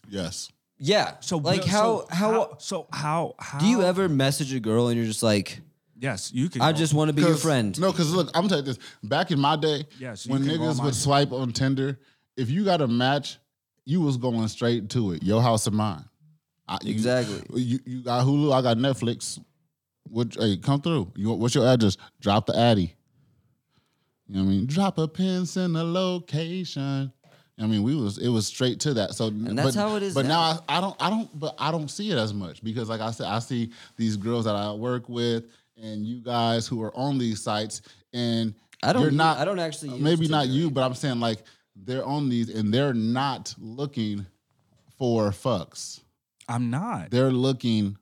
yes.
yeah.
So
like,
Will-
how,
so
how,
so how how
do you ever message a girl and you're just like,
Yes, you can.
I
go.
just want to be your
'Cause-
friend?
No, because look, I'm gonna tell you this. Back in my day,
Yes, you
when
can go
niggas
on
would
my-
swipe on Tinder, if you got a match, you was going straight to it. Your house or mine. I, you-
Exactly.
You, you got Hulu, I got Netflix. What, hey, come through. You, what's your address? Drop the Addy. You know what I mean? Drop a pin, send a location. I mean, we was it was straight to that. So, and but,
that's how it is
But
now.
now, I, I don't, I don't, but I don't see it as much because, like I said, I see these girls that I work with and you guys who are on these sites, and
I don't
You're
u-
not.
I don't actually use
maybe not
Tinder.
you, but I'm saying like they're on these and they're not looking for fucks.
I'm not.
They're looking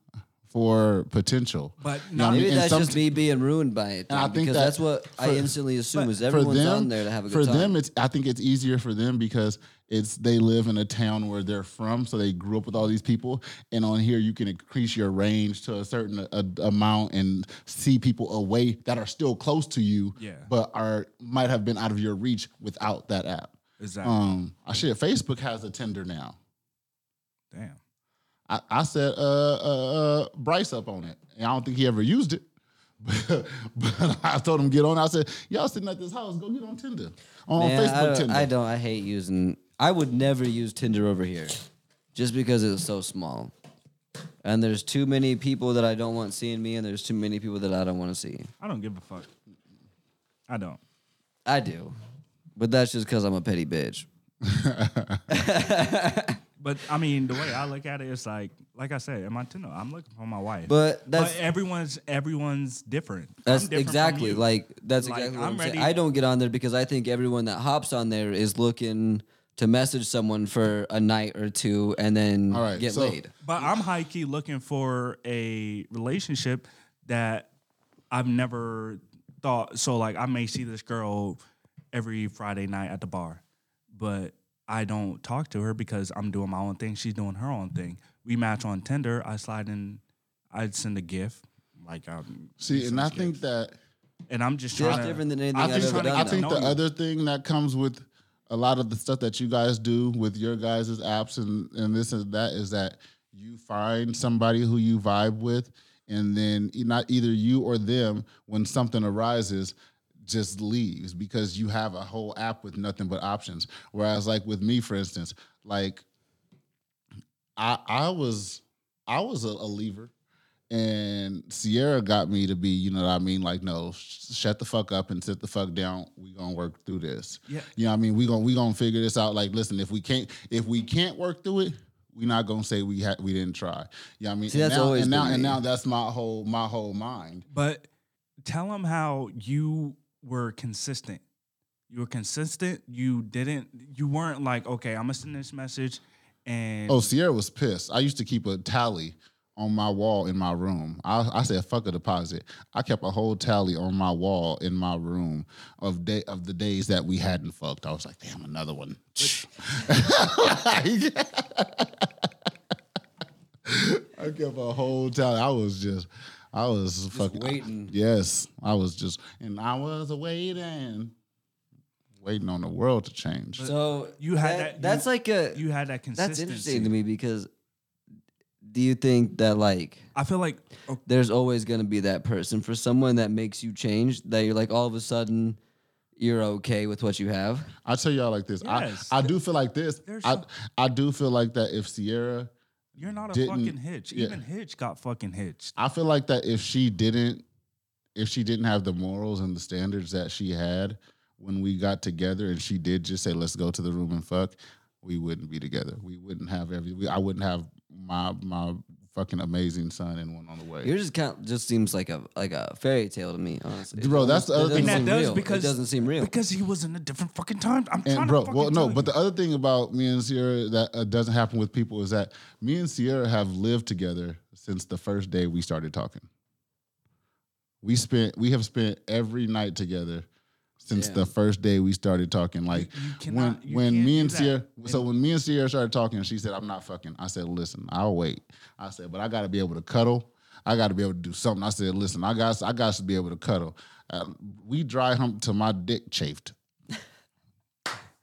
for potential.
But
You know what I
not-
mean?
Maybe
And
that's
some-
just me being ruined by it.
And I
though,
think
because
that
that's what I
for-
instantly assume is
for
everyone's
them,
on there to have a good
for
time.
them, it's I think it's easier for them because it's they live in a town where they're from, so they grew up with all these people. And on here, you can increase your range to a certain uh amount and see people away that are still close to you,
Yeah.
but are might have been out of your reach without that app.
exactly.
Um, I shit, Facebook has a Tinder now.
Damn.
I, I said uh, uh, uh, Bryce up on it. And I don't think he ever used it. But, but I told him get on. I said, y'all sitting at this house, go get on Tinder. On
Man, I
Facebook
don't,
Tinder.
I don't. I hate using. I would never use Tinder over here, just because it's so small, and there's too many people that I don't want seeing me, and there's too many people that I don't want to see.
I don't give a fuck. I don't.
I do, but that's just because I'm a petty bitch.
But I mean, the way I look at it, it's like, like I said, in my Tinder, I'm looking for my wife.
But that's
everyone's everyone's different. I'm
that's
different from
exactly
you.
like that's
Like,
exactly what
I'm
I'm saying.
ready-
I don't get on there because I think everyone that hops on there is looking to message someone for a night or two and then
All right,
get
so-
laid.
But I'm high key looking for a relationship that I've never thought. So like, I may see this girl every Friday night at the bar, but I don't talk to her because I'm doing my own thing. She's doing her own thing. We match on Tinder. I slide in. I'd send a gift. Like I'm
See, and I think that
and I'm just
It's
trying to.
different than anything
I
I've
think,
ever
trying to
done.
I
get
though.
to
think
know
the
you.
other thing that comes with a lot of the stuff that you guys do with your guys' apps and, and this and that is that you find somebody who you vibe with, and then e- not either you or them, when something arises, just leaves because you have a whole app with nothing but options. Whereas, like with me, for instance, like I I was I was a, a lever, and Sierra got me to be, you know what I mean? Like, no, sh- shut the fuck up and sit the fuck down. We gonna work through this.
Yeah.
you know what I mean? We gonna we gonna figure this out. Like, listen, if we can't if we can't work through it. We not gonna say we had we didn't try. You know what I mean?
See,
and
that's
now,
always
and now
been
and
me.
now that's my whole my whole mind.
But tell them how you were consistent. You were consistent. You didn't. You weren't like, okay, I'm gonna send this message, and
Oh, Sierra was pissed. I used to keep a tally on my wall in my room. I, I said, "Fuck a deposit." I kept a whole tally on my wall in my room of day of the days that we hadn't fucked. I was like, "Damn, another one." I kept a whole tally. I was just, I was fucking
waiting.
yes, I was just, and I was waiting, waiting on the world to change.
So
You had that-
that's
you-
like a.
you had that consistency.
that's interesting to me because do you think that like
I feel like oh,
there's always going to be that person for someone that makes you change that you're like all of a sudden you're okay with what you have?
I tell y'all like this.
Yes.
I, I do feel like this.
There's
I
some-
I do feel like that if Sierra,
you're not a
Didn't-
fucking hitch.
yeah.
Even Hitch got fucking hitched.
I feel like that if she didn't, if she didn't have the morals and the standards that she had, when we got together and she did just say, let's go to the room and fuck, we wouldn't be together. We wouldn't have every, we, I wouldn't have my, my fucking amazing son and one on the way.
Yours just kind of just seems like a like a fairy tale to me, honestly.
Bro, that's the
It
other thing-
doesn't
And that
seem
does
real.
because-
it doesn't seem real.
Because he was in a different fucking time. I'm trying
And
to
bro,
fucking
well, no,
tell
but
you.
the other thing about me and Sierra that uh, doesn't happen with people is that me and Sierra have lived together since the first day we started talking. We spent, we have spent every night together since the
Damn.
first day we started talking. Like
you cannot-
when
you
when
can't
me
do
and
that.
Sierra, so when me and Sierra started talking, she said, "I'm not fucking." I said, "Listen, I'll wait." I said, "But I got to be able to cuddle. I got to be able to do something." I said, "Listen, I got I got to be able to cuddle." Uh, we dry humped till my dick chafed.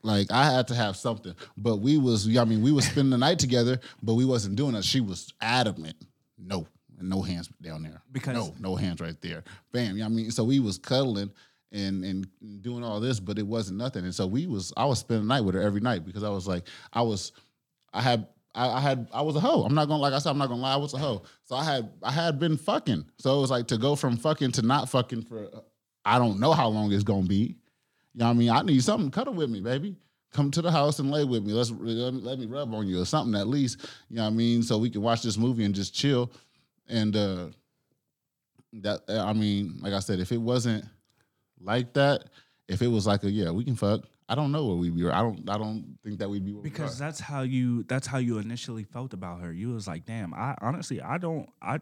Like I had to have something, but we was I mean we was spending the night together, but we wasn't doing that. She was adamant, no, and no hands down there,
Because-
no, no hands right there, bam. I mean, so we was cuddling and and doing all this, but it wasn't nothing. And so we was I was spending the night with her every night because I was like I was I had I, I had I was a hoe. I'm not gonna like I said I'm not gonna lie. I was a hoe. So I had I had been fucking. So it was like to go from fucking to not fucking for uh, I don't know how long it's gonna be. You know what I mean? I need something. Cuddle with me, baby. Come to the house and lay with me. Let's let me, let me rub on you or something at least. You know what I mean? So we can watch this movie and just chill. And uh that uh, I mean, like I said, if it wasn't like that, if it was like a yeah, we can fuck. I don't know where we'd be. I don't. I don't think that we'd be where we are.
because that's how you that's how you initially felt about her. You was like, damn, I honestly I don't I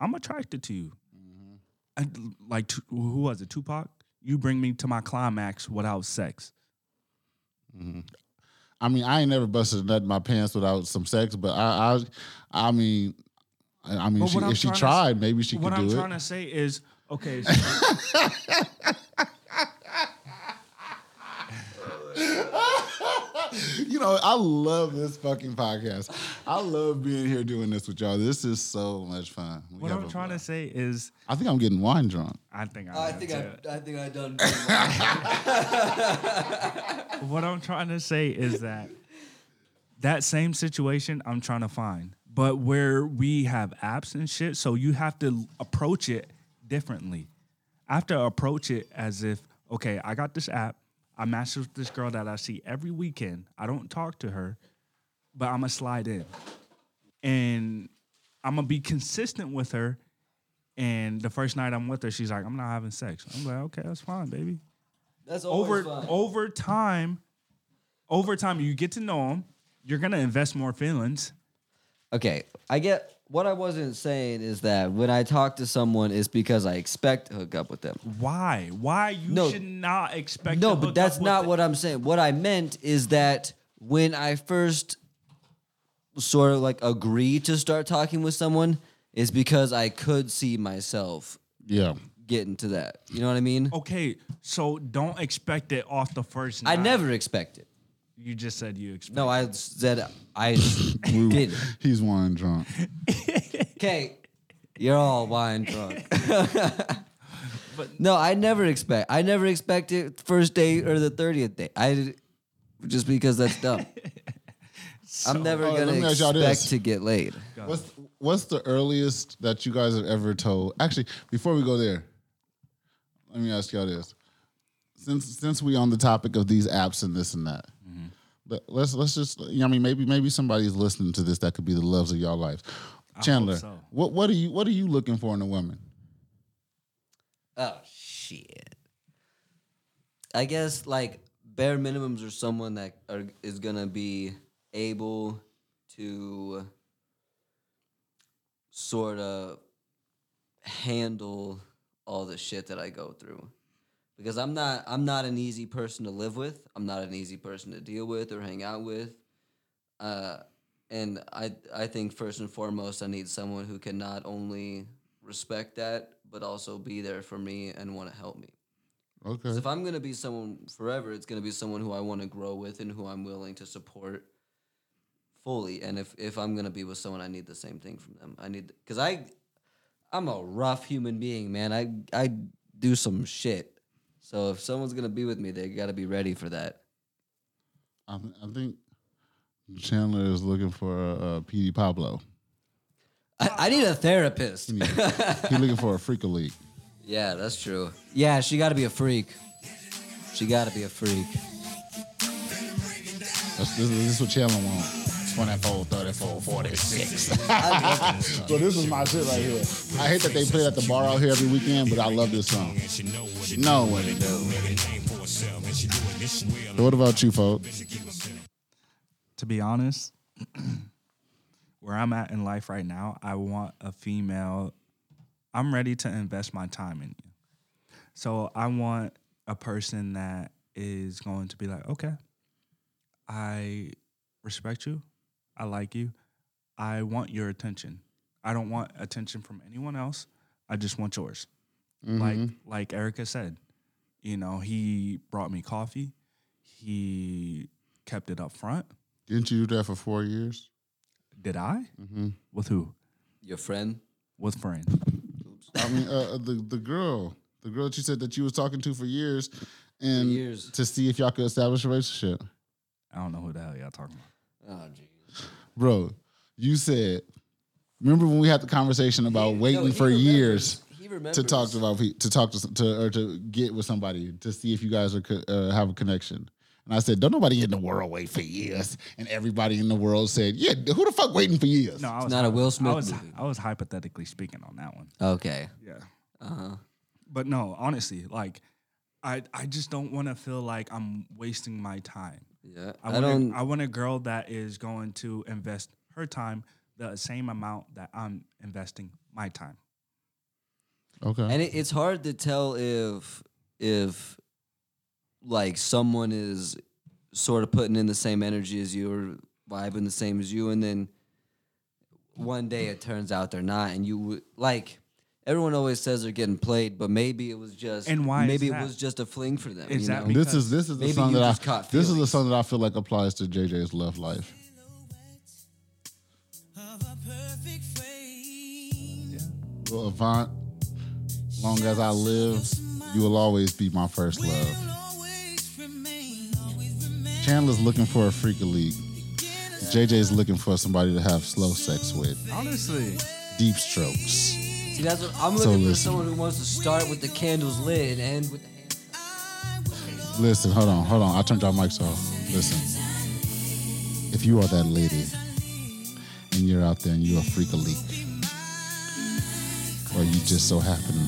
I'm attracted to you.
Mm-hmm.
And like Tu- who was it? Tupac? You bring me to my climax without sex.
I mean, I ain't never busted a nut in my pants without some sex, but I, I, I mean, I I mean,
But
she,
what I'm
if she
trying to-
tried, maybe she could
what I'm
do
trying
it.
to say is, okay, so,
You know, I love this fucking podcast. I love being here doing this with y'all. This is so much fun. We
what
have
I'm
a-
trying to say is,
I think I'm getting wine drunk.
I think I,
I
am
think
too.
I, I think I done.
what I'm trying to say is that that same situation I'm trying to find, but where we have apps and shit, so you have to approach it differently. I have to approach it as if, okay, I got this app. I matched with this girl that I see every weekend. I don't talk to her, but I'm gonna slide in, and I'm gonna be consistent with her. And the first night I'm with her, she's like, "I'm not having sex." I'm like, "Okay, that's fine, baby."
That's
over
always fun.
over time, over time, you get to know them. You're gonna invest more feelings.
Okay, I get what I wasn't saying is that when I talk to someone, it's because I expect to hook up with them.
Why? Why you
No.
should not expect?
No,
to
but
hook
that's
up with
not
the-
what I'm saying. What I meant is that when I first sort of like agree to start talking with someone, is because I could see myself
Yeah.
getting to that. You know what I mean?
Okay, so don't expect it off the first.
I
night.
never expected.
You just said you expect.
No, I said I did.
He's wine drunk.
Okay, you're all wine drunk. no, I never expect. I never expect it first day or the thirtieth day. I did- just because that's dumb. I'm never
Oh, let
gonna
me ask y'all this.
expect to get laid.
What's what's the earliest that you guys have ever told? Actually, before we go there, let me ask y'all this: since since we on the topic of these apps and this and that, let, us let's just you know, I mean maybe maybe somebody's listening to this that could be the loves of y'all lives. Chandler,
so.
what what are you what are you looking for in a woman?
Oh shit. I guess like bare minimums are someone that are, is gonna be able to sort of handle all the shit that I go through. Because I'm not I'm not an easy person to live with. I'm not an easy person to deal with or hang out with. Uh, and I I think first and foremost I need someone who can not only respect that but also be there for me and want to help me. 'Cause
Okay,
if I'm gonna be someone forever, it's gonna be someone who I want to grow with and who I'm willing to support fully. And if if I'm gonna be with someone, I need the same thing from them. I need because I I'm a rough human being, man. I I do some shit. So if someone's gonna be with me, they gotta be ready for that.
I, th- I think Chandler is looking for a, a PD Pablo.
I, I need a therapist.
He's looking for a freak league.
Yeah, that's true. Yeah, she got to be a freak. She got to be a freak.
That's, this, this is what Chandler want. 24, 34, 46. so this is my shit right here. I hate that they play it at the bar out here every weekend, but I love this song. No one do. What about you, folks?
to be honest, where I'm at in life right now, I want a female. I'm ready to invest my time in you. So I want a person that is going to be like, okay, I respect you. I like you. I want your attention. I don't want attention from anyone else. I just want yours.
Mm-hmm.
Like like Erica said, you know, he brought me coffee. He kept it up front.
Didn't you do that for four years?
Did I?
Mm-hmm.
With who?
Your friend?
With friend.
I mean, uh, uh, the the girl, the girl that you said that you was talking to for years, and
years.
to see if y'all could establish a relationship,
I don't know who the hell y'all talking about.
Oh, jeez.
bro. You said, remember when we had the conversation about waiting for years
He remembers.
to talk about pe- to talk to, to or to get with somebody to see if you guys are co- uh, have a connection. And I said, don't nobody in the world wait for years. And everybody in the world said, yeah, who the fuck waiting for years?
No, I was
not a Will Smith
I was,
movie.
I was hypothetically speaking on that one.
Okay.
Yeah.
Uh huh.
But no, honestly, like I I just don't want to feel like I'm wasting my time.
Yeah.
I,
I,
want
don't.
A, I want a girl that is going to invest her time the same amount that I'm investing my time.
Okay.
and it, it's hard to tell if if like someone is sort of putting in the same energy as you or vibing the same as you and then one day it turns out they're not and you would like everyone always says they're getting played but maybe it was just
And why is
maybe it
that?
was just a fling for them
Is
you
that
know?
be-
this is this is the
Maybe
song
you
that I,
just caught
this is the
feelings.
song that I feel like applies to JJ's love life. Well, Avant, long as I live, you will always be my first love. Chandler's looking for a freak elite. JJ's looking for somebody to have slow sex with,
Honestly,
deep strokes.
See, that's what I'm
So
looking for
listen.
someone who wants to start with the candles lit and end with the hand.
Listen, hold on, hold on. I turned y'all mics off. Listen, if you are that lady and you're out there and you're a freak elite, or you just so happen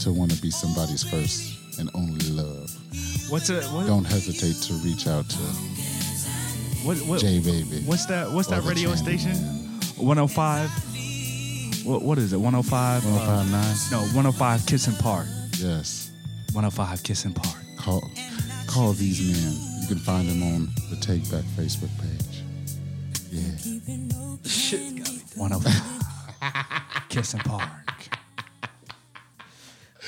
to want to be somebody's first and only love,
what's a what
don't hesitate to reach out to
what, what
J Baby.
what's that what's
or
that
the
radio
Chandler
station?
Man.
105 What what is it? 105 uh,
1059?
No, 105 Kissing Park.
Yes.
105 Kissing Park.
Call call these men. You can find them on the Take Back Facebook page. Yeah.
105 Kissing Park.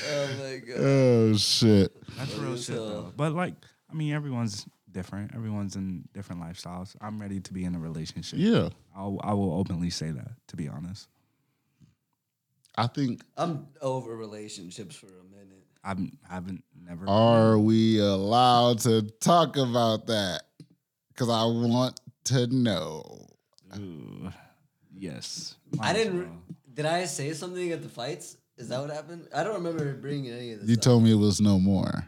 Oh my god.
Oh shit.
That's real shit though. But like, I mean, everyone's different. Everyone's in different lifestyles. I'm ready to be in a relationship.
Yeah.
I'll, I will openly say that. To be honest,
I think
I'm over relationships for a minute.
I haven't never.
are we allowed to talk about that? Cause I want to know.
Ooh. yes.
I
Might as
didn't. re-
well.
Did I say something at the fights? Is that what happened? I don't remember bringing any of this.
You
up.
told me it was no more.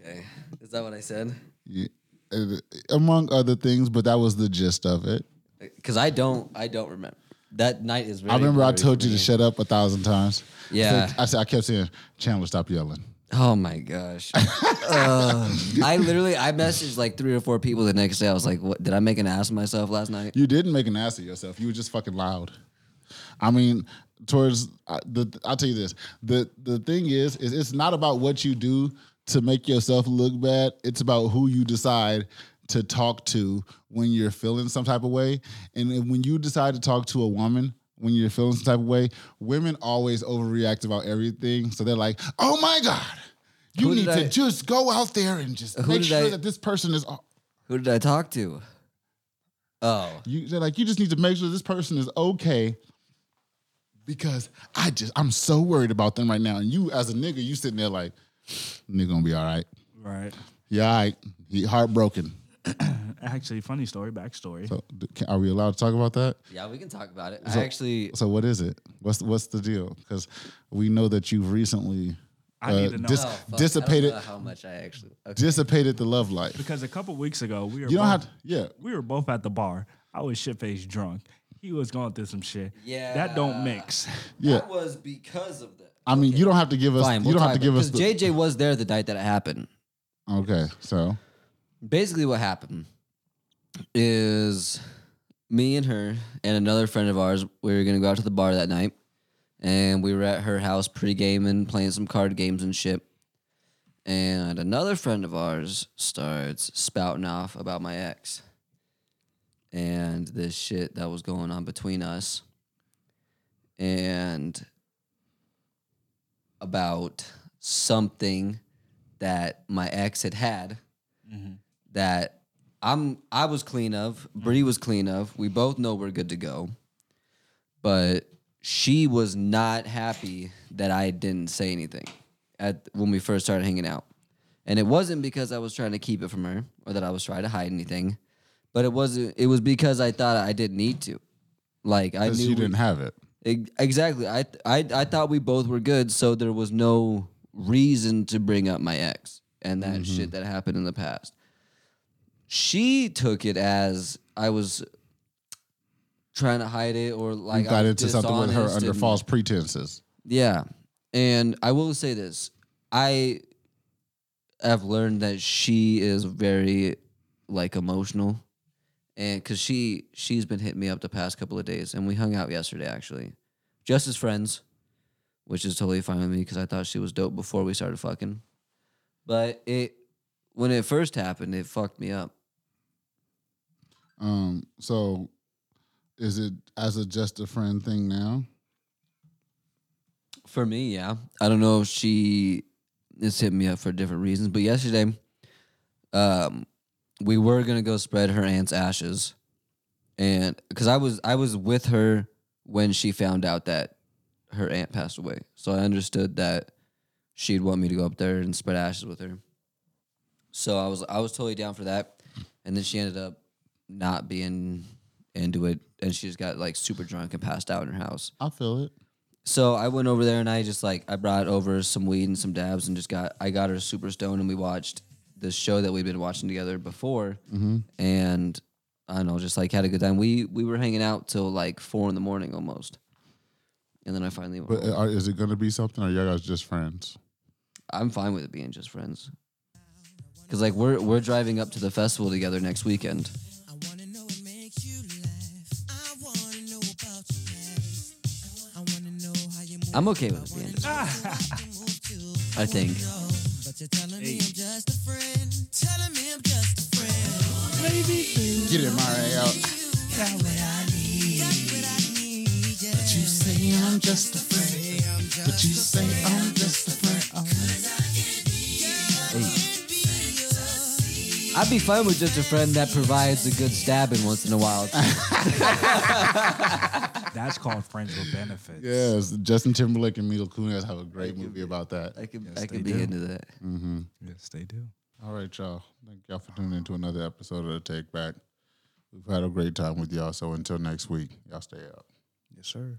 Okay. Is that what I said?
You- uh, among other things, but that was the gist of it.
Because I don't. I don't remember. That night is. Very
I remember I
blurry
told
for
you to
me.
shut up a thousand times.
Yeah.
I said I kept saying, Chandler, stop yelling.
Oh my gosh. Ugh. I literally. I messaged like three or four people the next day. I was like, "What? Did I make an ass of myself last night?"
You didn't make an ass of yourself. You were just fucking loud. I mean, towards I, the I'll tell you this. The the thing is is it's not about what you do to make yourself look bad. It's about who you decide to talk to when you're feeling some type of way. And then when you decide to talk to a woman when you're feeling some type of way, women always overreact about everything. So they're like, "Oh my god, you
Who
need
did
to
I-
just go out there and just
Who
make
did
sure
I-
that this person is all-
Who did I talk to? Oh.
You they're like, you just need to make sure this person is okay. Because I just I'm so worried about them right now. And you as a nigga, you sitting there like, nigga gonna be all right.
Right.
Yeah, all right. He heartbroken.
Actually, funny story. Backstory.
So d- can- are we allowed to talk about that?
Yeah, we can talk about it.
So-
I actually.
So what is it? What's what's the deal? Because we know that you've recently
I
uh,
need to know
dis-
Oh, fuck,
dissipated-
I don't know how much I actually. Okay.
dissipated the love life.
because a couple weeks ago we were
You don't
both,
have to, yeah.
we were both at the bar. I was shit faced drunk. He was going through some shit.
Yeah.
that don't mix.
Yeah.
That was because of that.
I mean, you don't have to give us.
Fine,
you
we'll
don't have
talk
to give
about-
us.
'cause
The,
JJ was there the night that it happened.
okay, so
basically what happened is me and her and another friend of ours we were gonna go out to the bar that night and we were at her house pre-gaming playing some card games and shit and another friend of ours starts spouting off about my ex and this shit that was going on between us and about something that my ex had had that I'm I was clean of, Bree was clean of. We both know we're good to go. But she was not happy that I didn't say anything at when we first started hanging out. And it wasn't because I was trying to keep it from her or that I was trying to hide anything, but it wasn't it was because I thought I didn't need to. Like I knew
because you
we-
didn't have it.
Ex- Exactly. I, th- I I thought we both were good, so there was no reason to bring up my ex and that
Mm-hmm.
shit that happened in the past. She took it as I was trying to hide it or like
you
I
got
was
into something with her
dishonest
under
and-
false pretenses.
Yeah, and I will say this: I have learned that she is very like emotional, and because she she's been hitting me up the past couple of days, and we hung out yesterday actually, just as friends, which is totally fine with me because I thought she was dope before we started fucking, but it when it first happened, it fucked me up.
Um, so is it as a just a friend thing now?
For me, yeah. I don't know if she is hitting me up for different reasons, but yesterday, um, we were gonna go spread her aunt's ashes, and because I was I was with her when she found out that her aunt passed away, so I understood that she'd want me to go up there and spread ashes with her. So I was I was totally down for that, and then she ended up not being into it, and she just got like super drunk and passed out in her house.
I feel it.
So I went over there and I just like I brought over some weed and some dabs and just got I got her super stoned and we watched this show that we'd been watching together before and I don't know just like had a good time. We we were hanging out till like four in the morning almost, and then I finally went.
But uh,
home.
are, is it going to be something, or y'all guys just friends?
I'm fine with it being just friends, because like we're we're driving up to the festival together next weekend.
I wanna know what makes you laugh. I wanna know about your past. I wanna know how you move.
I'm okay with it being. Just friends, I think.
But you're telling me I'm just a friend. Telling me I'm just a friend.
Get it, Mario. But you say I'm just a friend. But you say I'm just a friend.
I'd be fine with just a friend that provides a good stabbing once in a while.
That's called friends with benefits.
Yes, Justin Timberlake and Mila Kunis have a great movie about that. Mm-hmm.
I could
Yes,
I
they
could be
do.
into that.
Yes, they do.
All right, y'all. Thank y'all for tuning into another episode of The Take Back. We've had a great time with y'all. So until next week, y'all stay up.
Yes, sir.